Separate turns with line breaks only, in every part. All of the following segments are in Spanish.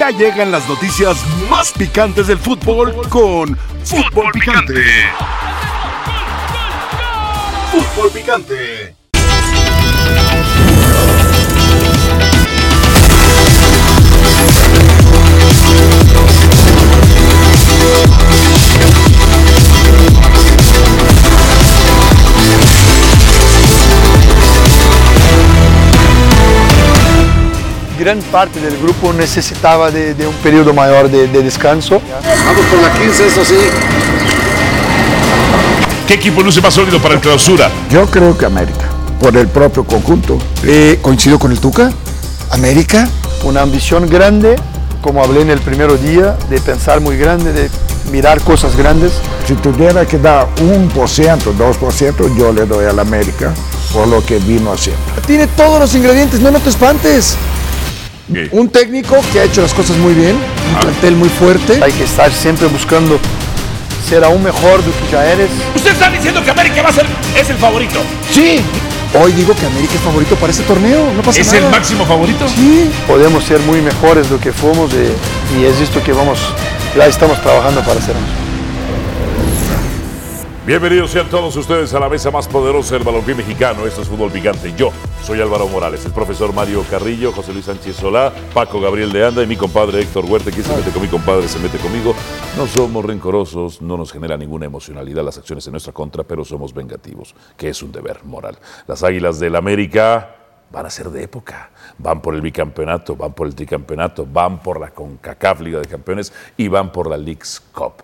Ya llegan las noticias más picantes del fútbol con Fútbol Picante. Fútbol Picante.
gran parte del grupo necesitaba de, de un periodo mayor de, de descanso.
Vamos por la 15, eso sí.
¿Qué equipo luce más sólido para el clausura?
Yo creo que América, por el propio conjunto.
Eh, coincido con el Tuca, América.
Una ambición grande, como hablé en el primer día, de pensar muy grande, de mirar cosas grandes.
Si tuviera que dar 1%, 2%, yo le doy al América por lo que vino haciendo.
Tiene todos los ingredientes, no, no te espantes.
¿Qué?
Un técnico que ha hecho las cosas muy bien, un plantel muy fuerte.
Hay que estar siempre buscando ser aún mejor de lo que ya eres.
Ustedes están diciendo que América va a ser es el favorito.
Sí. Hoy digo que América es favorito para este torneo, no pasa
¿Es
nada.
el máximo favorito?
Sí.
Podemos ser muy mejores de lo que fuimos eh, y es esto que vamos, ya estamos trabajando para hacerlo.
Bienvenidos sean todos ustedes a la mesa más poderosa del balompié mexicano. Esto es Fútbol Picante. Yo soy Álvaro Morales, el profesor Mario Carrillo, José Luis Sánchez Solá, Paco Gabriel de Anda y mi compadre Héctor Huerta. Quien se mete con mi compadre se mete conmigo. No somos rencorosos, no nos genera ninguna emocionalidad las acciones en nuestra contra, pero somos vengativos, que es un deber moral. Las Águilas del América van a ser de época. Van por el bicampeonato, van por el tricampeonato, van por la CONCACAF Liga de Campeones y van por la League's Cup.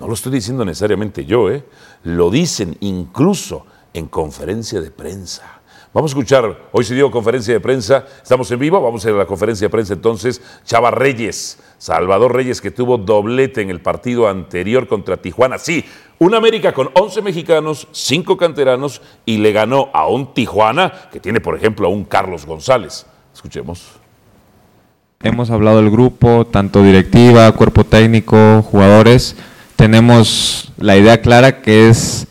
No lo estoy diciendo necesariamente yo, ¿eh? lo dicen incluso en conferencia de prensa. Vamos a escuchar, hoy se dio conferencia de prensa, estamos en vivo, vamos a ir a la conferencia de prensa entonces, Chava Reyes, Salvador Reyes que tuvo doblete en el partido anterior contra Tijuana, sí, un América con 11 mexicanos, 5 canteranos y le ganó a un Tijuana que tiene por ejemplo a un Carlos González. Escuchemos.
Hemos hablado el grupo, tanto directiva, cuerpo técnico, jugadores. Tenemos la idea clara que es,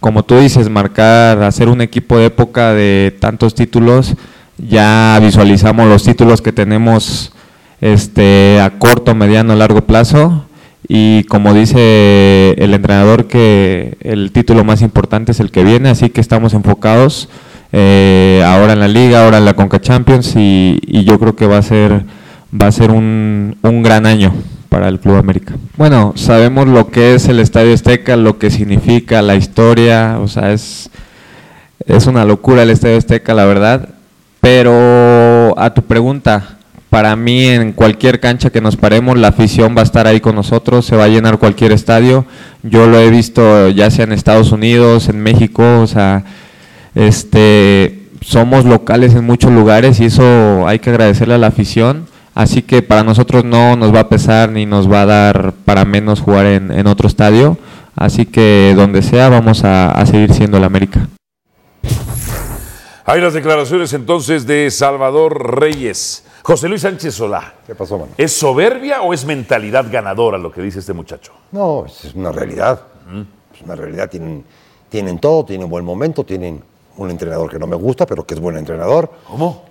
como tú dices, marcar, hacer un equipo de época de tantos títulos. Ya visualizamos los títulos que tenemos este, a corto, mediano, largo plazo. Y como dice el entrenador, que el título más importante es el que viene, así que estamos enfocados eh, ahora en la liga, ahora en la Conca Champions y, y yo creo que va a ser, va a ser un, un gran año para el Club América. Bueno, sabemos lo que es el Estadio Azteca, lo que significa la historia, o sea, es, es una locura el Estadio Azteca, la verdad. Pero a tu pregunta, para mí en cualquier cancha que nos paremos, la afición va a estar ahí con nosotros, se va a llenar cualquier estadio. Yo lo he visto ya sea en Estados Unidos, en México, o sea, este, somos locales en muchos lugares y eso hay que agradecerle a la afición. Así que para nosotros no nos va a pesar ni nos va a dar para menos jugar en, en otro estadio. Así que donde sea vamos a, a seguir siendo el América.
Hay las declaraciones entonces de Salvador Reyes. José Luis Sánchez Solá.
¿Qué pasó, mano?
¿Es soberbia o es mentalidad ganadora lo que dice este muchacho?
No, es es una realidad.
Mm.
Es una realidad. Tienen, tienen todo, tienen buen momento, tienen un entrenador que no me gusta, pero que es buen entrenador.
¿Cómo?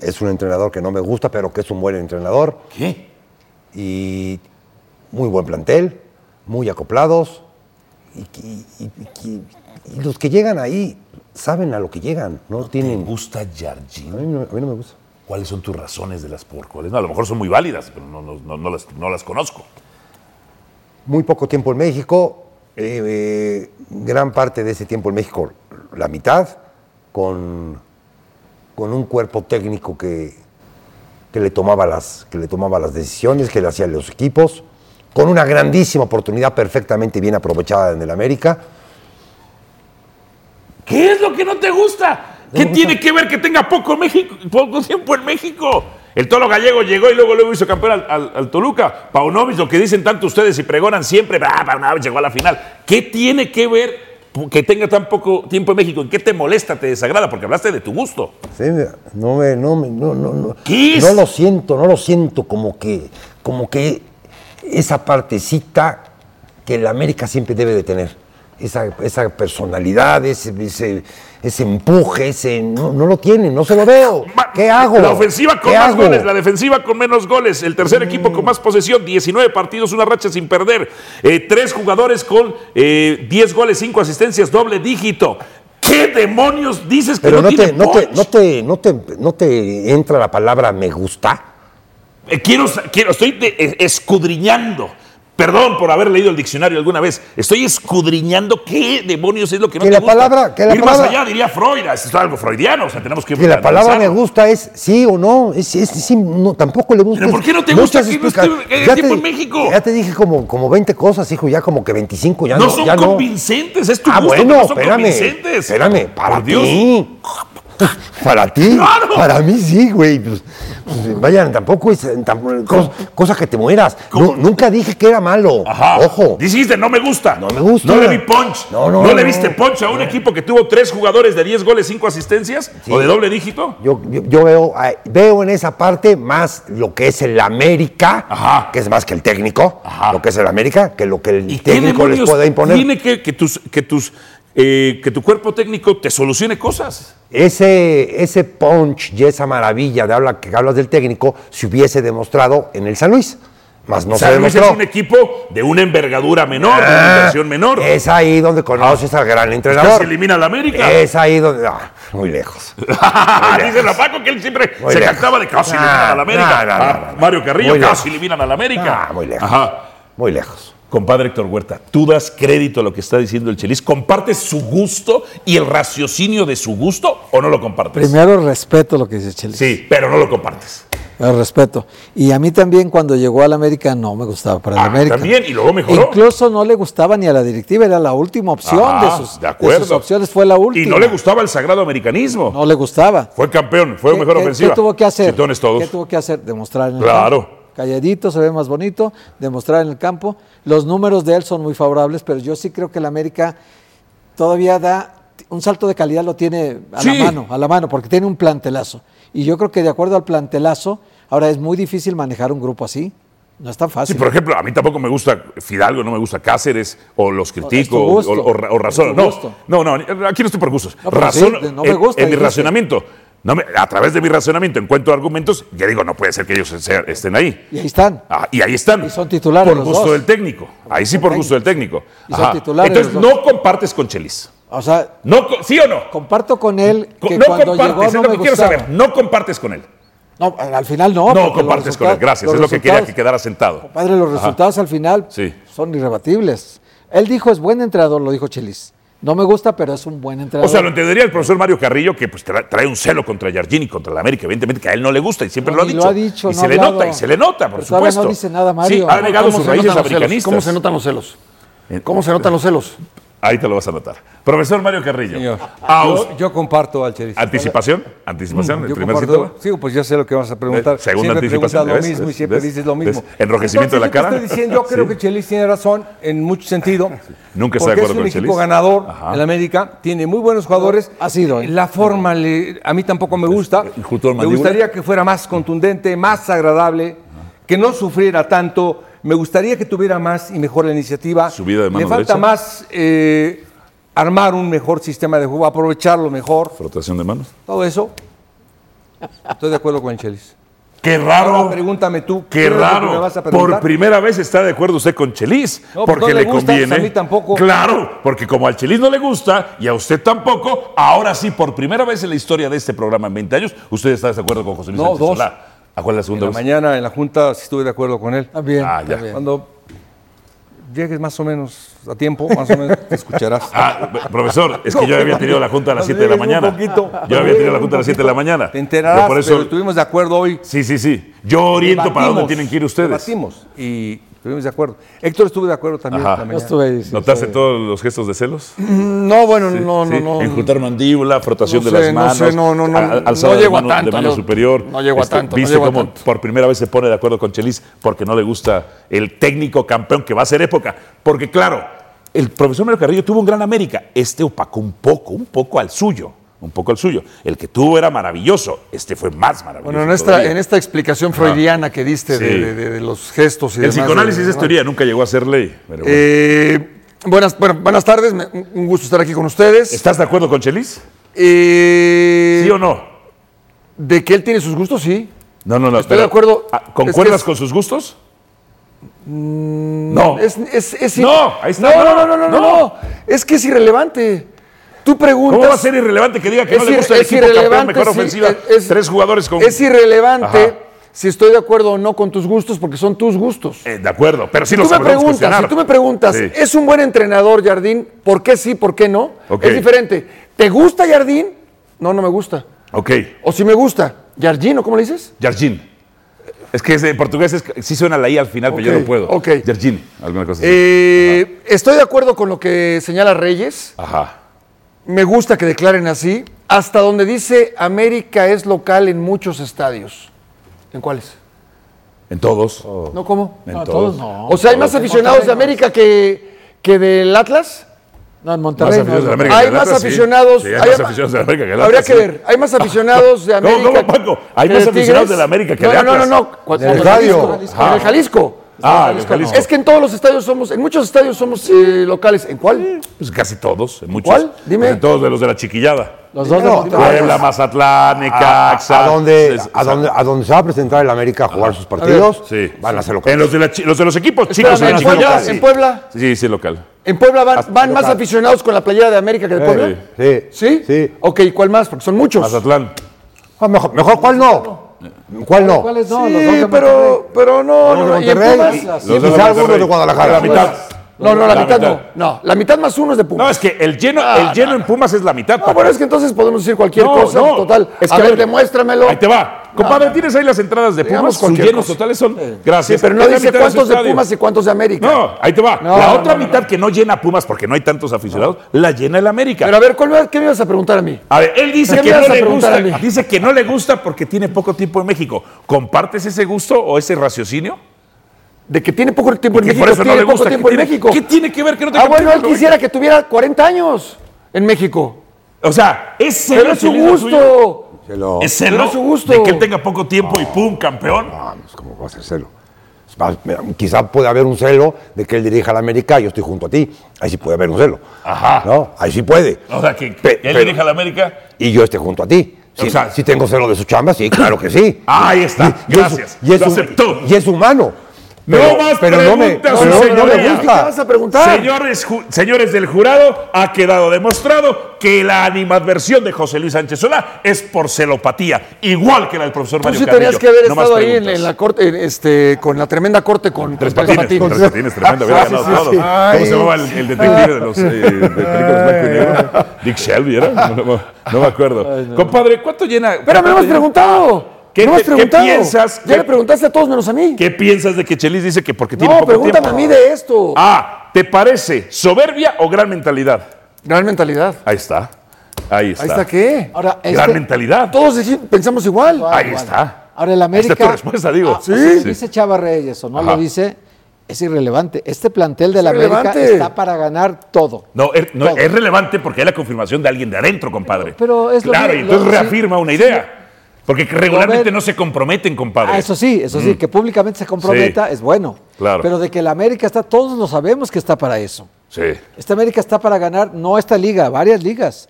Es un entrenador que no me gusta, pero que es un buen entrenador.
¿Qué?
y muy buen plantel, muy acoplados. Y, y- y- y- y los que llegan ahí saben a lo que llegan, no
¿Te
tienen.
gusta
A
Jardín?
mí no, a mí no me gusta.
¿Cuáles son tus razones de las por cuáles? No, a lo mejor son muy válidas, pero no, no- no- no las, no las conozco.
Muy poco tiempo en México, eh, eh, gran parte de ese tiempo en México, la mitad, con, con un cuerpo técnico que, que le tomaba las, que le tomaba las decisiones, que le hacía los equipos, con una grandísima oportunidad perfectamente bien aprovechada en el América.
¿Qué es lo que no te gusta? ¿Qué tiene que ver que tenga poco, México, poco tiempo en México? El Tolo Gallego llegó y luego luego hizo campeón al, al- al Toluca. Paunovic, lo que dicen tanto ustedes y pregonan siempre, ah, Paunovic llegó a la final. ¿Qué tiene que ver que tenga tan poco tiempo en México? ¿En qué te molesta, te desagrada? Porque hablaste de tu gusto.
Sí, no me, no me, no, no, no.
¿Qué es?
No lo siento, no lo siento como que, como que esa partecita que el América siempre debe de tener. esa, esa personalidad, ese, ese, ese empuje, ese no, no lo tienen, no se lo veo.
Ma-
¿Qué hago?
La ofensiva con
¿Qué
más
hago? Mm.
goles, la defensiva con menos goles, el tercer equipo con más posesión, 19 partidos, una racha sin perder, eh, tres jugadores con eh, 10 goles, 5 asistencias, doble dígito. ¿Qué demonios dices que
Pero
no,
no te,
tiene
no, te,
punch?
no, te, no, te, no te entra la palabra me gusta.
Eh, quiero, quiero, estoy de- eh, escudriñando. Perdón por haber leído el diccionario alguna vez. Estoy escudriñando qué demonios es lo que no
Que
te
la
gusta.
palabra- que la
Ir más
palabra-
allá diría Freud, Ah, es algo freudiano, o sea, tenemos que
Que la palabra me
analizarlo.
gusta es sí o no, es, es- es- sí, no, tampoco le gusta.
Pero ¿por qué no te
Muchas
gusta que no
explica-
esté- que haya
Ya
tiempo
te-
en México?
Ya te dije como, como 20 cosas, hijo, ya como que 25, ya no.
no son
ya no.
convincentes, es tu
Ah,
gusto, pero
bueno,
no son
espérame.
convincentes.
Espérame, para
Por Dios.
ti. Para ti.
Claro.
Para mí sí, güey. Pues, pues, vayan, tampoco es tam- cos- cosa que te mueras. No, nunca dije que era malo.
Ajá.
Ojo.
Dijiste, no me gusta.
No me gusta.
No le vi punch.
No, no,
le
no.
viste punch a un equipo que tuvo tres jugadores de 10 goles, 5 asistencias
Sí.
o de doble dígito.
Yo, yo- yo veo, a- veo en esa parte más lo que es el América,
Ajá.
que es más que el técnico,
Ajá.
lo que es el América, que lo que el
¿Y qué
técnico les
demonios
pueda imponer.
tiene que, que tus, que, tus, eh, que tu cuerpo técnico te solucione cosas?
Ese, ese punch y esa maravilla de habla, que hablas del técnico se hubiese demostrado en el San Luis, más Pues no se
San Luis es
demostró. Ah,
un equipo de una envergadura menor, de una inversión menor.
Es ahí donde conoces al gran
Casi
entrenador.
elimina a la América. Ah,
Es ahí donde. ah, muy lejos.
Dice la Paco que él siempre
Muy
se
lejos.
cantaba de casi
Ah,
eliminan a la
no,
América.
no,
Ah,
no, no, no.
Mario Carrillo,
Muy
casi
lejos.
eliminan a la América.
Ah, muy lejos.
Ajá.
Muy lejos.
Compadre Héctor Huerta, tú das crédito a lo que está diciendo el Chelis. ¿Compartes su gusto y el raciocinio de su gusto o no lo compartes?
Primero respeto lo que dice Chile.
Pues Sí, pero no lo compartes.
El respeto. Y a mí también cuando llegó al América no me gustaba para el
Ah,
América.
también, y luego mejoró.
Incluso no le gustaba ni a la directiva, era la última opción
Ah,
de, sus,
de acuerdo.
sus opciones, fue la última.
Y no le gustaba el sagrado americanismo.
No le gustaba.
Fue campeón, fue
¿Qué-
mejor
qué-
ofensiva.
¿Qué tuvo que hacer?
Chitones todos.
¿Qué tuvo que hacer? Demostrar en el
Claro.
campo. Calladito, se ve más bonito, demostrar en el campo. Los números de él son muy favorables, pero yo sí creo que el América todavía da un salto de calidad, lo tiene a
Sí.
la mano, a la mano, porque tiene un plantelazo. Y yo creo que de acuerdo al plantelazo, ahora es muy difícil manejar un grupo así. No es tan
Sí,
fácil.
por ejemplo, a mí tampoco me gusta Fidalgo, no me gusta Cáceres, o los critico, o,
es tu gusto,
o- o ra- o
es tu
razón. No,
gusto.
no, no, aquí no estoy por gustos.
No, pero
razón,
sí, no me gusta,
en, en
dijiste.
mi razonamiento. No me- a través de mi razonamiento encuentro argumentos, ya digo, no puede ser que ellos se- estén ahí.
Y ahí están.
Ah, y ahí están.
Y son titulares
Por
los
gusto
dos.
del técnico. Ahí sí por gusto del técnico.
Y son titulares
Entonces,
los dos.
no compartes con Chelis.
O sea,
No, co- ¿Sí o no?
comparto con él
Co-
que
no
cuando
compartes,
llegó
es
no
lo
me
que quiero
gustaba.
saber. No compartes con él.
No, al final no.
No,
porque los
compartes con él.
resultados-
Gracias.
los
Es lo que quería que
resultados-
quedara sentado.
Compadre, los
Ajá.
resultados al final
Sí.
son irrebatibles. Él dijo, es buen entrenador, lo dijo Chelis. No me gusta, pero es un buen entrenador.
O sea, lo entendería el profesor Mario Carrillo, que pues, tra- trae un celo contra Jardín y contra la América, evidentemente, que a él no le gusta y siempre
No,
lo ha
ni
dicho.
lo ha dicho,
y
no
se
ha
le
hablado.
nota, y se le nota, por
Pero todavía no
supuesto.
dice nada, Mario.
Sí, ha negado
¿Cómo
sus
se
raíces
notan los celos?
americanistas. Eh,
¿Cómo se notan los celos? ¿Cómo se notan los celos?
Ahí te lo vas a notar. Profesor Mario Carrillo.
Señor,
aus-
yo, yo comparto al Chelis.
Ah, ¿Anticipación? ¿Anticipación? ¿El
Yo
primer
comparto-
síntoma?
Sí, pues yo sé lo que vas a preguntar.
Eh, segunda
siempre
anticipación,
preguntas
¿ves?
lo mismo y
¿ves?
siempre
¿ves?
dices lo mismo.
¿ves? Enrojecimiento de la
Entonces, yo te
cara.
estoy diciendo, yo creo
Sí.
que Chelis tiene razón en mucho sentido.
Nunca estoy de
porque
acuerdo con
es un equipo
Chelis.
ganador
Ajá.
en América, tiene muy buenos jugadores.
Ha sido, ¿eh?
La forma le- a mí tampoco me gusta.
el jugador
Me
mandíbula.
gustaría que fuera más contundente, más agradable, que no sufriera tanto. Me gustaría que tuviera más y mejor la iniciativa.
Subida de mano
Le falta
derecha.
más eh, armar un mejor sistema de juego, aprovecharlo mejor.
Frotación de manos.
Todo eso. Estoy de acuerdo con Chelis.
Qué raro.
Ahora pregúntame tú. ¿qué
Qué
es lo que
raro.
me vas a preguntar?
Por primera vez está de acuerdo usted con Chelis.
No, pues
porque
no
le,
le gusta,
conviene.
pues a mí tampoco.
Claro, porque como al Chelis no le gusta y a usted tampoco, ahora sí, por primera vez en la historia de este programa en 20 años, usted está de acuerdo con José Luis
No,
Sánchez
dos.
Solá. ¿A cuál es la
En
segunda
la
vez?
mañana en la Junta sí estuve de acuerdo con él.
También,
Ah, ya.
también.
Cuando llegues más o menos a tiempo, más o menos te escucharás.
Ah, profesor, es que yo había tenido la junta a las 7 de la
Cuando llegues
mañana.
un poquito,
Yo
cuando
había tenido
llegues
la
un
junta a las 7 de la mañana.
Te enterarás,
Yo por eso-
pero estuvimos de acuerdo hoy.
Sí, sí, sí. Yo oriento para dónde tienen que ir ustedes.
Debatimos y estuvimos de acuerdo. Héctor estuvo de acuerdo también.
Ajá.
en la
Yo
mañana.
estuve ahí, sí,
¿Notaste
estuve
todos los gestos de celos?
Mm, No, bueno, no,
Sí,
no, no.
Enjuntar mandíbula, frotación
No
de las
sé, no
manos.
sé, no, no, no,
al-
no
alzada de
llego a
mano- de
tanto,
mano
yo-
superior. Este,
no llego a tanto, no
Viste
llego a
cómo
tanto.
por primera vez se pone de acuerdo con Chelis porque no le gusta el técnico campeón que va a ser época. Porque, claro, el profesor Mario Carrillo tuvo un gran América. Este opacó un poco, un poco al suyo. Un poco al suyo. El que tuvo era maravilloso. Este fue más maravilloso.
Bueno, en esta,
todavía.
en esta explicación freudiana que diste de,
Ah. Sí.
de- de- de los gestos y
el
demás,
psicoanálisis
de-
es teoría, nunca llegó a ser ley. pero bueno.
Eh,
Buenas, bueno, buenas tardes, me- un un gusto estar aquí con ustedes.
¿Estás de acuerdo con Chelis?
Eh,
¿Sí o no?
De que él tiene sus gustos, sí.
No, no, no.
Estoy de acuerdo.
Ah, ¿Concuerdas
Es que es-
con sus gustos? no.
Es, es- es-
No, ahí está,
No,
no,
no, no, no, no,
no.
no. Es que es irrelevante. Tú preguntas.
¿Cómo va a ser irrelevante que diga que no
Es
le
ir-
gusta el
es
equipo campeón,
irrelevante,
mejor
sí,
ofensiva?
es-
tres jugadores con...
Es irrelevante
Ajá.
si estoy de acuerdo o no con tus gustos, porque son tus gustos.
Eh, de acuerdo, pero sí
Si
los
tú, me
podemos
preguntas,
cuestionar.
si tú me preguntas,
Sí.
¿es un buen entrenador Jardín? ¿Por qué sí, por qué no?
Ok.
Es diferente. ¿Te gusta Jardín? No, no me gusta.
Ok,
O si me gusta, Jardín, ¿o cómo le dices?
Jardín. Es que es de portugués es- sí suena la I al final, pero yo
Ok,
no puedo.
ok.
Jardín, alguna cosa así.
Eh, estoy de acuerdo con lo que señala Reyes.
Ajá.
Me gusta que declaren así. Hasta donde dice América es local en muchos estadios. ¿En cuáles?
En todos.
¿No cómo?
En
Oh. No, todos
todos.
no.
O sea, hay más aficionados de América que, que del Atlas.
No, en
Más
Monterrey. no,
aficionados de la
no.
América
hay
que del
más
Atlas, sí.
aficionados.
Sí, hay
hay
más
ama-
aficionados de la América que del
Habría
Atlas,
que
sí.
ver. Hay más aficionados de
¿Cómo,
América.
cómo, Paco? Hay
que
más
de
aficionados
Tigres.
de la América que
no,
de
no, No,
Atlas.
no, no.
En el
Jalisco,
radio.
En el Jalisco.
Ah, en el Jalisco.
Es que en todos los estadios somos, en muchos estadios somos eh, locales. ¿En cuál?
Pues casi todos, en muchos.
¿Cuál? Dime.
En todos de los de la chiquillada.
Los dos de
No,
Monterrey.
Puebla,
Ah,
Mazatlán, Necaxa.
a, donde,
Es-
a, donde, a donde se va a presentar el América a jugar sus partidos,
Sí.
van a
ser
ser
locales. En
locales.
los de, la chi- los de los equipos chicos de
Espérame,
la
en Puebla,
chiquillada.
en
Sí,
Puebla,
sí, sí, local.
en Puebla van, van más
Local.
aficionados con la playera de América que de Puebla.
Sí.
¿Sí?
Sí.
Ok, ¿cuál más? Porque son muchos.
Mazatlán.
Ah, mejor, mejor, ¿cuál no? ¿Cuál no?
¿Cuáles no?
sí,
Los dos de Monterrey.
pero, pero no, no, no. ¿Y en
Monterrey?
Pumas?
Y quizá algunos de Guadalajara.
La mitad.
No, no, la,
La
mitad,
mitad.
no. No, la mitad más uno es de Pumas.
No, es que el lleno, el lleno en Pumas es la mitad.
No, bueno, es que entonces podemos decir cualquier cosa, total.
Es
a,
que,
ver, demuéstramelo.
Ahí te va. Compadre, tienes ahí las entradas de
Digamos
Pumas. Sus
cualquier
llenos
cosa.
totales son. Gracias.
Sí, pero no
Es la
dice
mitad su
cuántos de
estadio.
Pumas y cuántos de América.
No, ahí te va.
No,
la
no,
otra
no,
mitad que no llena Pumas porque no hay tantos aficionados, la llena el América.
Pero a ver, ¿cuál, me- ¿qué me ibas a preguntar a mí?
A ver, él dice
¿Qué
que
me
no
vas a
le
preguntar
gusta.
a mí?
Dice que no le gusta porque tiene poco tiempo en México. ¿Compartes ese gusto o ese raciocinio?
De que tiene poco tiempo en
Que
México.
por eso no
tiene
le
poco
gusta.
tiempo
¿Qué
en
tiene-
México.
¿Qué tiene que ver que no tenga
ah, bueno, él
tiempo en México?
quisiera que tuviera 40 años en México.
O sea, ese
Pero es su gusto.
Es celo
Pero es su gusto.
de que él tenga poco tiempo y pum, campeón.
Ah, pues, ¿Cómo va a ser celo? Va- mira, Quizá puede haber un celo de que él dirija a la América, yo estoy junto a ti. Ahí sí puede haber un celo.
Ajá.
¿No? Ahí sí puede.
O sea, que
Pe-
él
pero-
dirige a la América.
Y yo esté junto a ti.
O
Si,
sea- Ah,
si tengo celo de su chamba, sí, claro que sí.
Ahí está,
Y- y es-
gracias.
Y es,
Lo
hum-
aceptó.
y es humano.
No más preguntas,
no, me, pero no, me
señoría.
¿Qué vas
gusta.
a preguntar?
Señores, ju- señores del jurado, ha quedado demostrado que la animadversión de José Luis Sánchez Solá es por celopatía, igual que la del profesor
Tú
Mario
sí tenías
Carrillo.
que haber
No más
estado ahí en,
preguntas.
en la corte, en este, con la tremenda corte con
Tres
con Ah,
patines, tres patines, tremendo, había ganado todo. ¿Cómo se llamaba el, el detective de los eh, de películas blanco y negro? Dick Shelby, ¿era? No, no- no me acuerdo. Compadre, ¿cuánto llena?
Pero me lo has
cuánto llena-
preguntado.
¿Qué
no me has
te- qué
preguntado.
piensas?
Ya
¿Qué-
le preguntaste a todos menos a mí.
¿Qué piensas de que Chelis dice que porque tiene
No,
poco tiempo?
pregúntame a mí de esto.
Ah, ¿te parece soberbia o gran mentalidad?
Gran mentalidad.
Ahí está. Ahí está.
¿Ahí está qué?
Ahora,
Gran
este-
mentalidad.
Todos deci- pensamos igual.
Ahí está.
Ahora el América.
Esta es tu respuesta, digo.
Ah,
Sí.
o sea, si
Sí.
Dice Chava Reyes o no
Ajá.
lo dice, es irrelevante. Este plantel del
Es
América
irrelevante.
está para ganar todo.
No, es, no,
Todo.
es relevante porque es la confirmación de alguien de adentro, compadre.
pero es lo
Claro,
mi-
y entonces
lo- sí,
reafirma una idea. Porque regularmente no se comprometen, compadre.
Ah, eso sí, eso sí, que públicamente se comprometa
Mm. Sí.
es bueno.
Claro.
Pero de que la América está, todos lo sabemos que está para eso.
Sí.
Esta América está para ganar, no esta liga, varias ligas.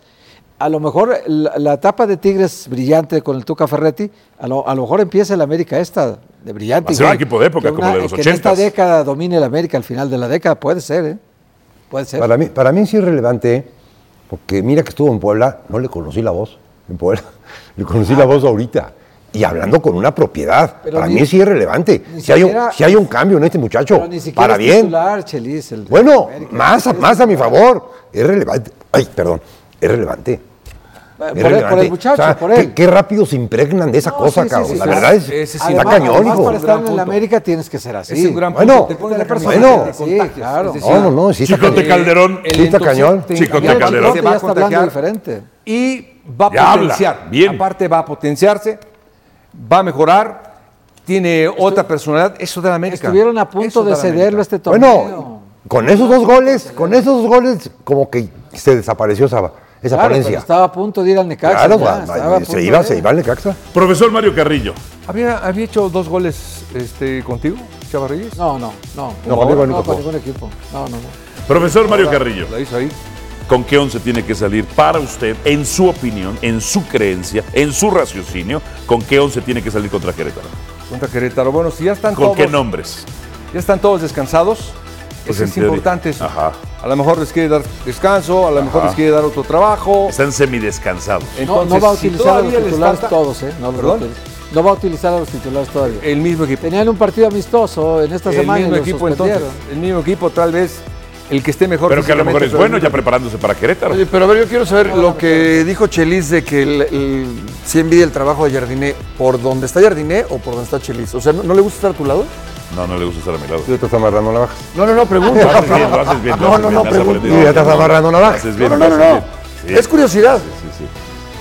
A lo mejor la, la etapa de Tigres brillante con el Tuca Ferretti, a lo, a lo mejor empieza el América esta de brillante.
Va a ser un equipo de época,
que
como de los
Que en esta
80s.
década domine el América al final de la década, puede ser, ¿eh? Puede ser.
Para mí, para mí sí es relevante, porque mira que estuvo en Puebla, no le conocí la voz en Puebla, le conocí la voz ahorita. Y hablando con una propiedad,
Ah. Pero
para
ni-
mí sí es relevante.
ni
Si hay, un,
siquiera-
si hay un cambio en este muchacho,
Pero ni siquiera
para
es
bien.
titular, Chelis, el de
Bueno,
América.
más, a- más a mi favor. Es relevante. Ay, perdón. Es relevante.
Por,
Es
él- por
relevante.
el muchacho,
O sea,
por
qué-
él.
Qué, rápido se impregnan de esa
No,
cosa,
sí, sí,
cabrón.
sí,
la
sí.
verdad es.
Ese sí
está
además-
cañón,
además
hijo.
para
Gran
estar en
punto.
la América tienes que ser así.
Es un gran
Bueno,
punto. Te pones la
persona,
camiseta
bueno.
de
sí,
contagios.
claro.
Es decir,
No, no, no. Sí, está
Chicote
cañón.
Calderón.
Sí, está cañón.
entusiasmo
Chicote
se va a
Calderón.
Ya está hablando
contagiar
diferente.
Y va a
Ya
potenciar.
habla, bien.
Aparte va a potenciarse, va a mejorar, tiene otra personalidad. Eso de la América.
Estuvieron a
Eso
punto
de
de
la
cederlo a
América.
este torneo.
Bueno, con esos dos goles, con esos dos goles, como que se desapareció esa, esa
Claro, pero
ponencia.
estaba a punto de ir al Necaxa.
Claro,
ya,
va- va-
estaba a punto
se iba,
de
se
ir.
iba el Necaxa.
Profesor Mario Carrillo.
¿Había, había hecho dos goles este, contigo, Chavarrillos?
No, no, no.
No, con ningún equipo.
ningún equipo. No, no, no.
Profesor Mario Carrillo.
La hizo ahí.
¿Con qué once tiene que salir para usted, en su opinión, en su creencia, en su raciocinio? ¿Con qué once tiene que salir contra Querétaro?
Contra Querétaro. Bueno, si ya están
¿Con
todos.
qué nombres?
Ya están todos descansados.
Pues
eso
en
es
teoría.
importante. eso.
Ajá.
A lo mejor les quiere dar descanso, a lo mejor
Ajá.
les quiere dar otro trabajo.
Están semidescansados.
No, no
Entonces,
va a
si
utilizar a los
todavía les
titulares
falta-
todos, ¿eh? No, los va a
¿Perdón?
utilizar. No va a utilizar a los titulares todavía.
El mismo equipo.
Tenían un partido amistoso en esta
El
semana. y
mismo
lo
equipo entonces.
suspendieron.
El mismo equipo tal vez el que esté mejor.
Pero que a lo mejor es
físicamente,
bueno
pero-
ya preparándose para Querétaro.
Oye, pero a ver, yo quiero saber lo que dijo Chelis de que el, el- sí envidia el trabajo de Jardiné por donde está Jardiné o por donde está Chelis. O sea, ¿no, no le gusta estar a tu lado?
No, no le gusta estar a mi lado.
Tú te estás amarrando navajas.
No, no, no, pregunto.
Lo haces bien, lo haces bien.
No, no, no, pregunto.
Tú ya estás amarrando
nada.
navajas.
Haces bien,
No,
lo
no, no,
haces
no.
bien. Sí.
Es curiosidad.
Sí, sí.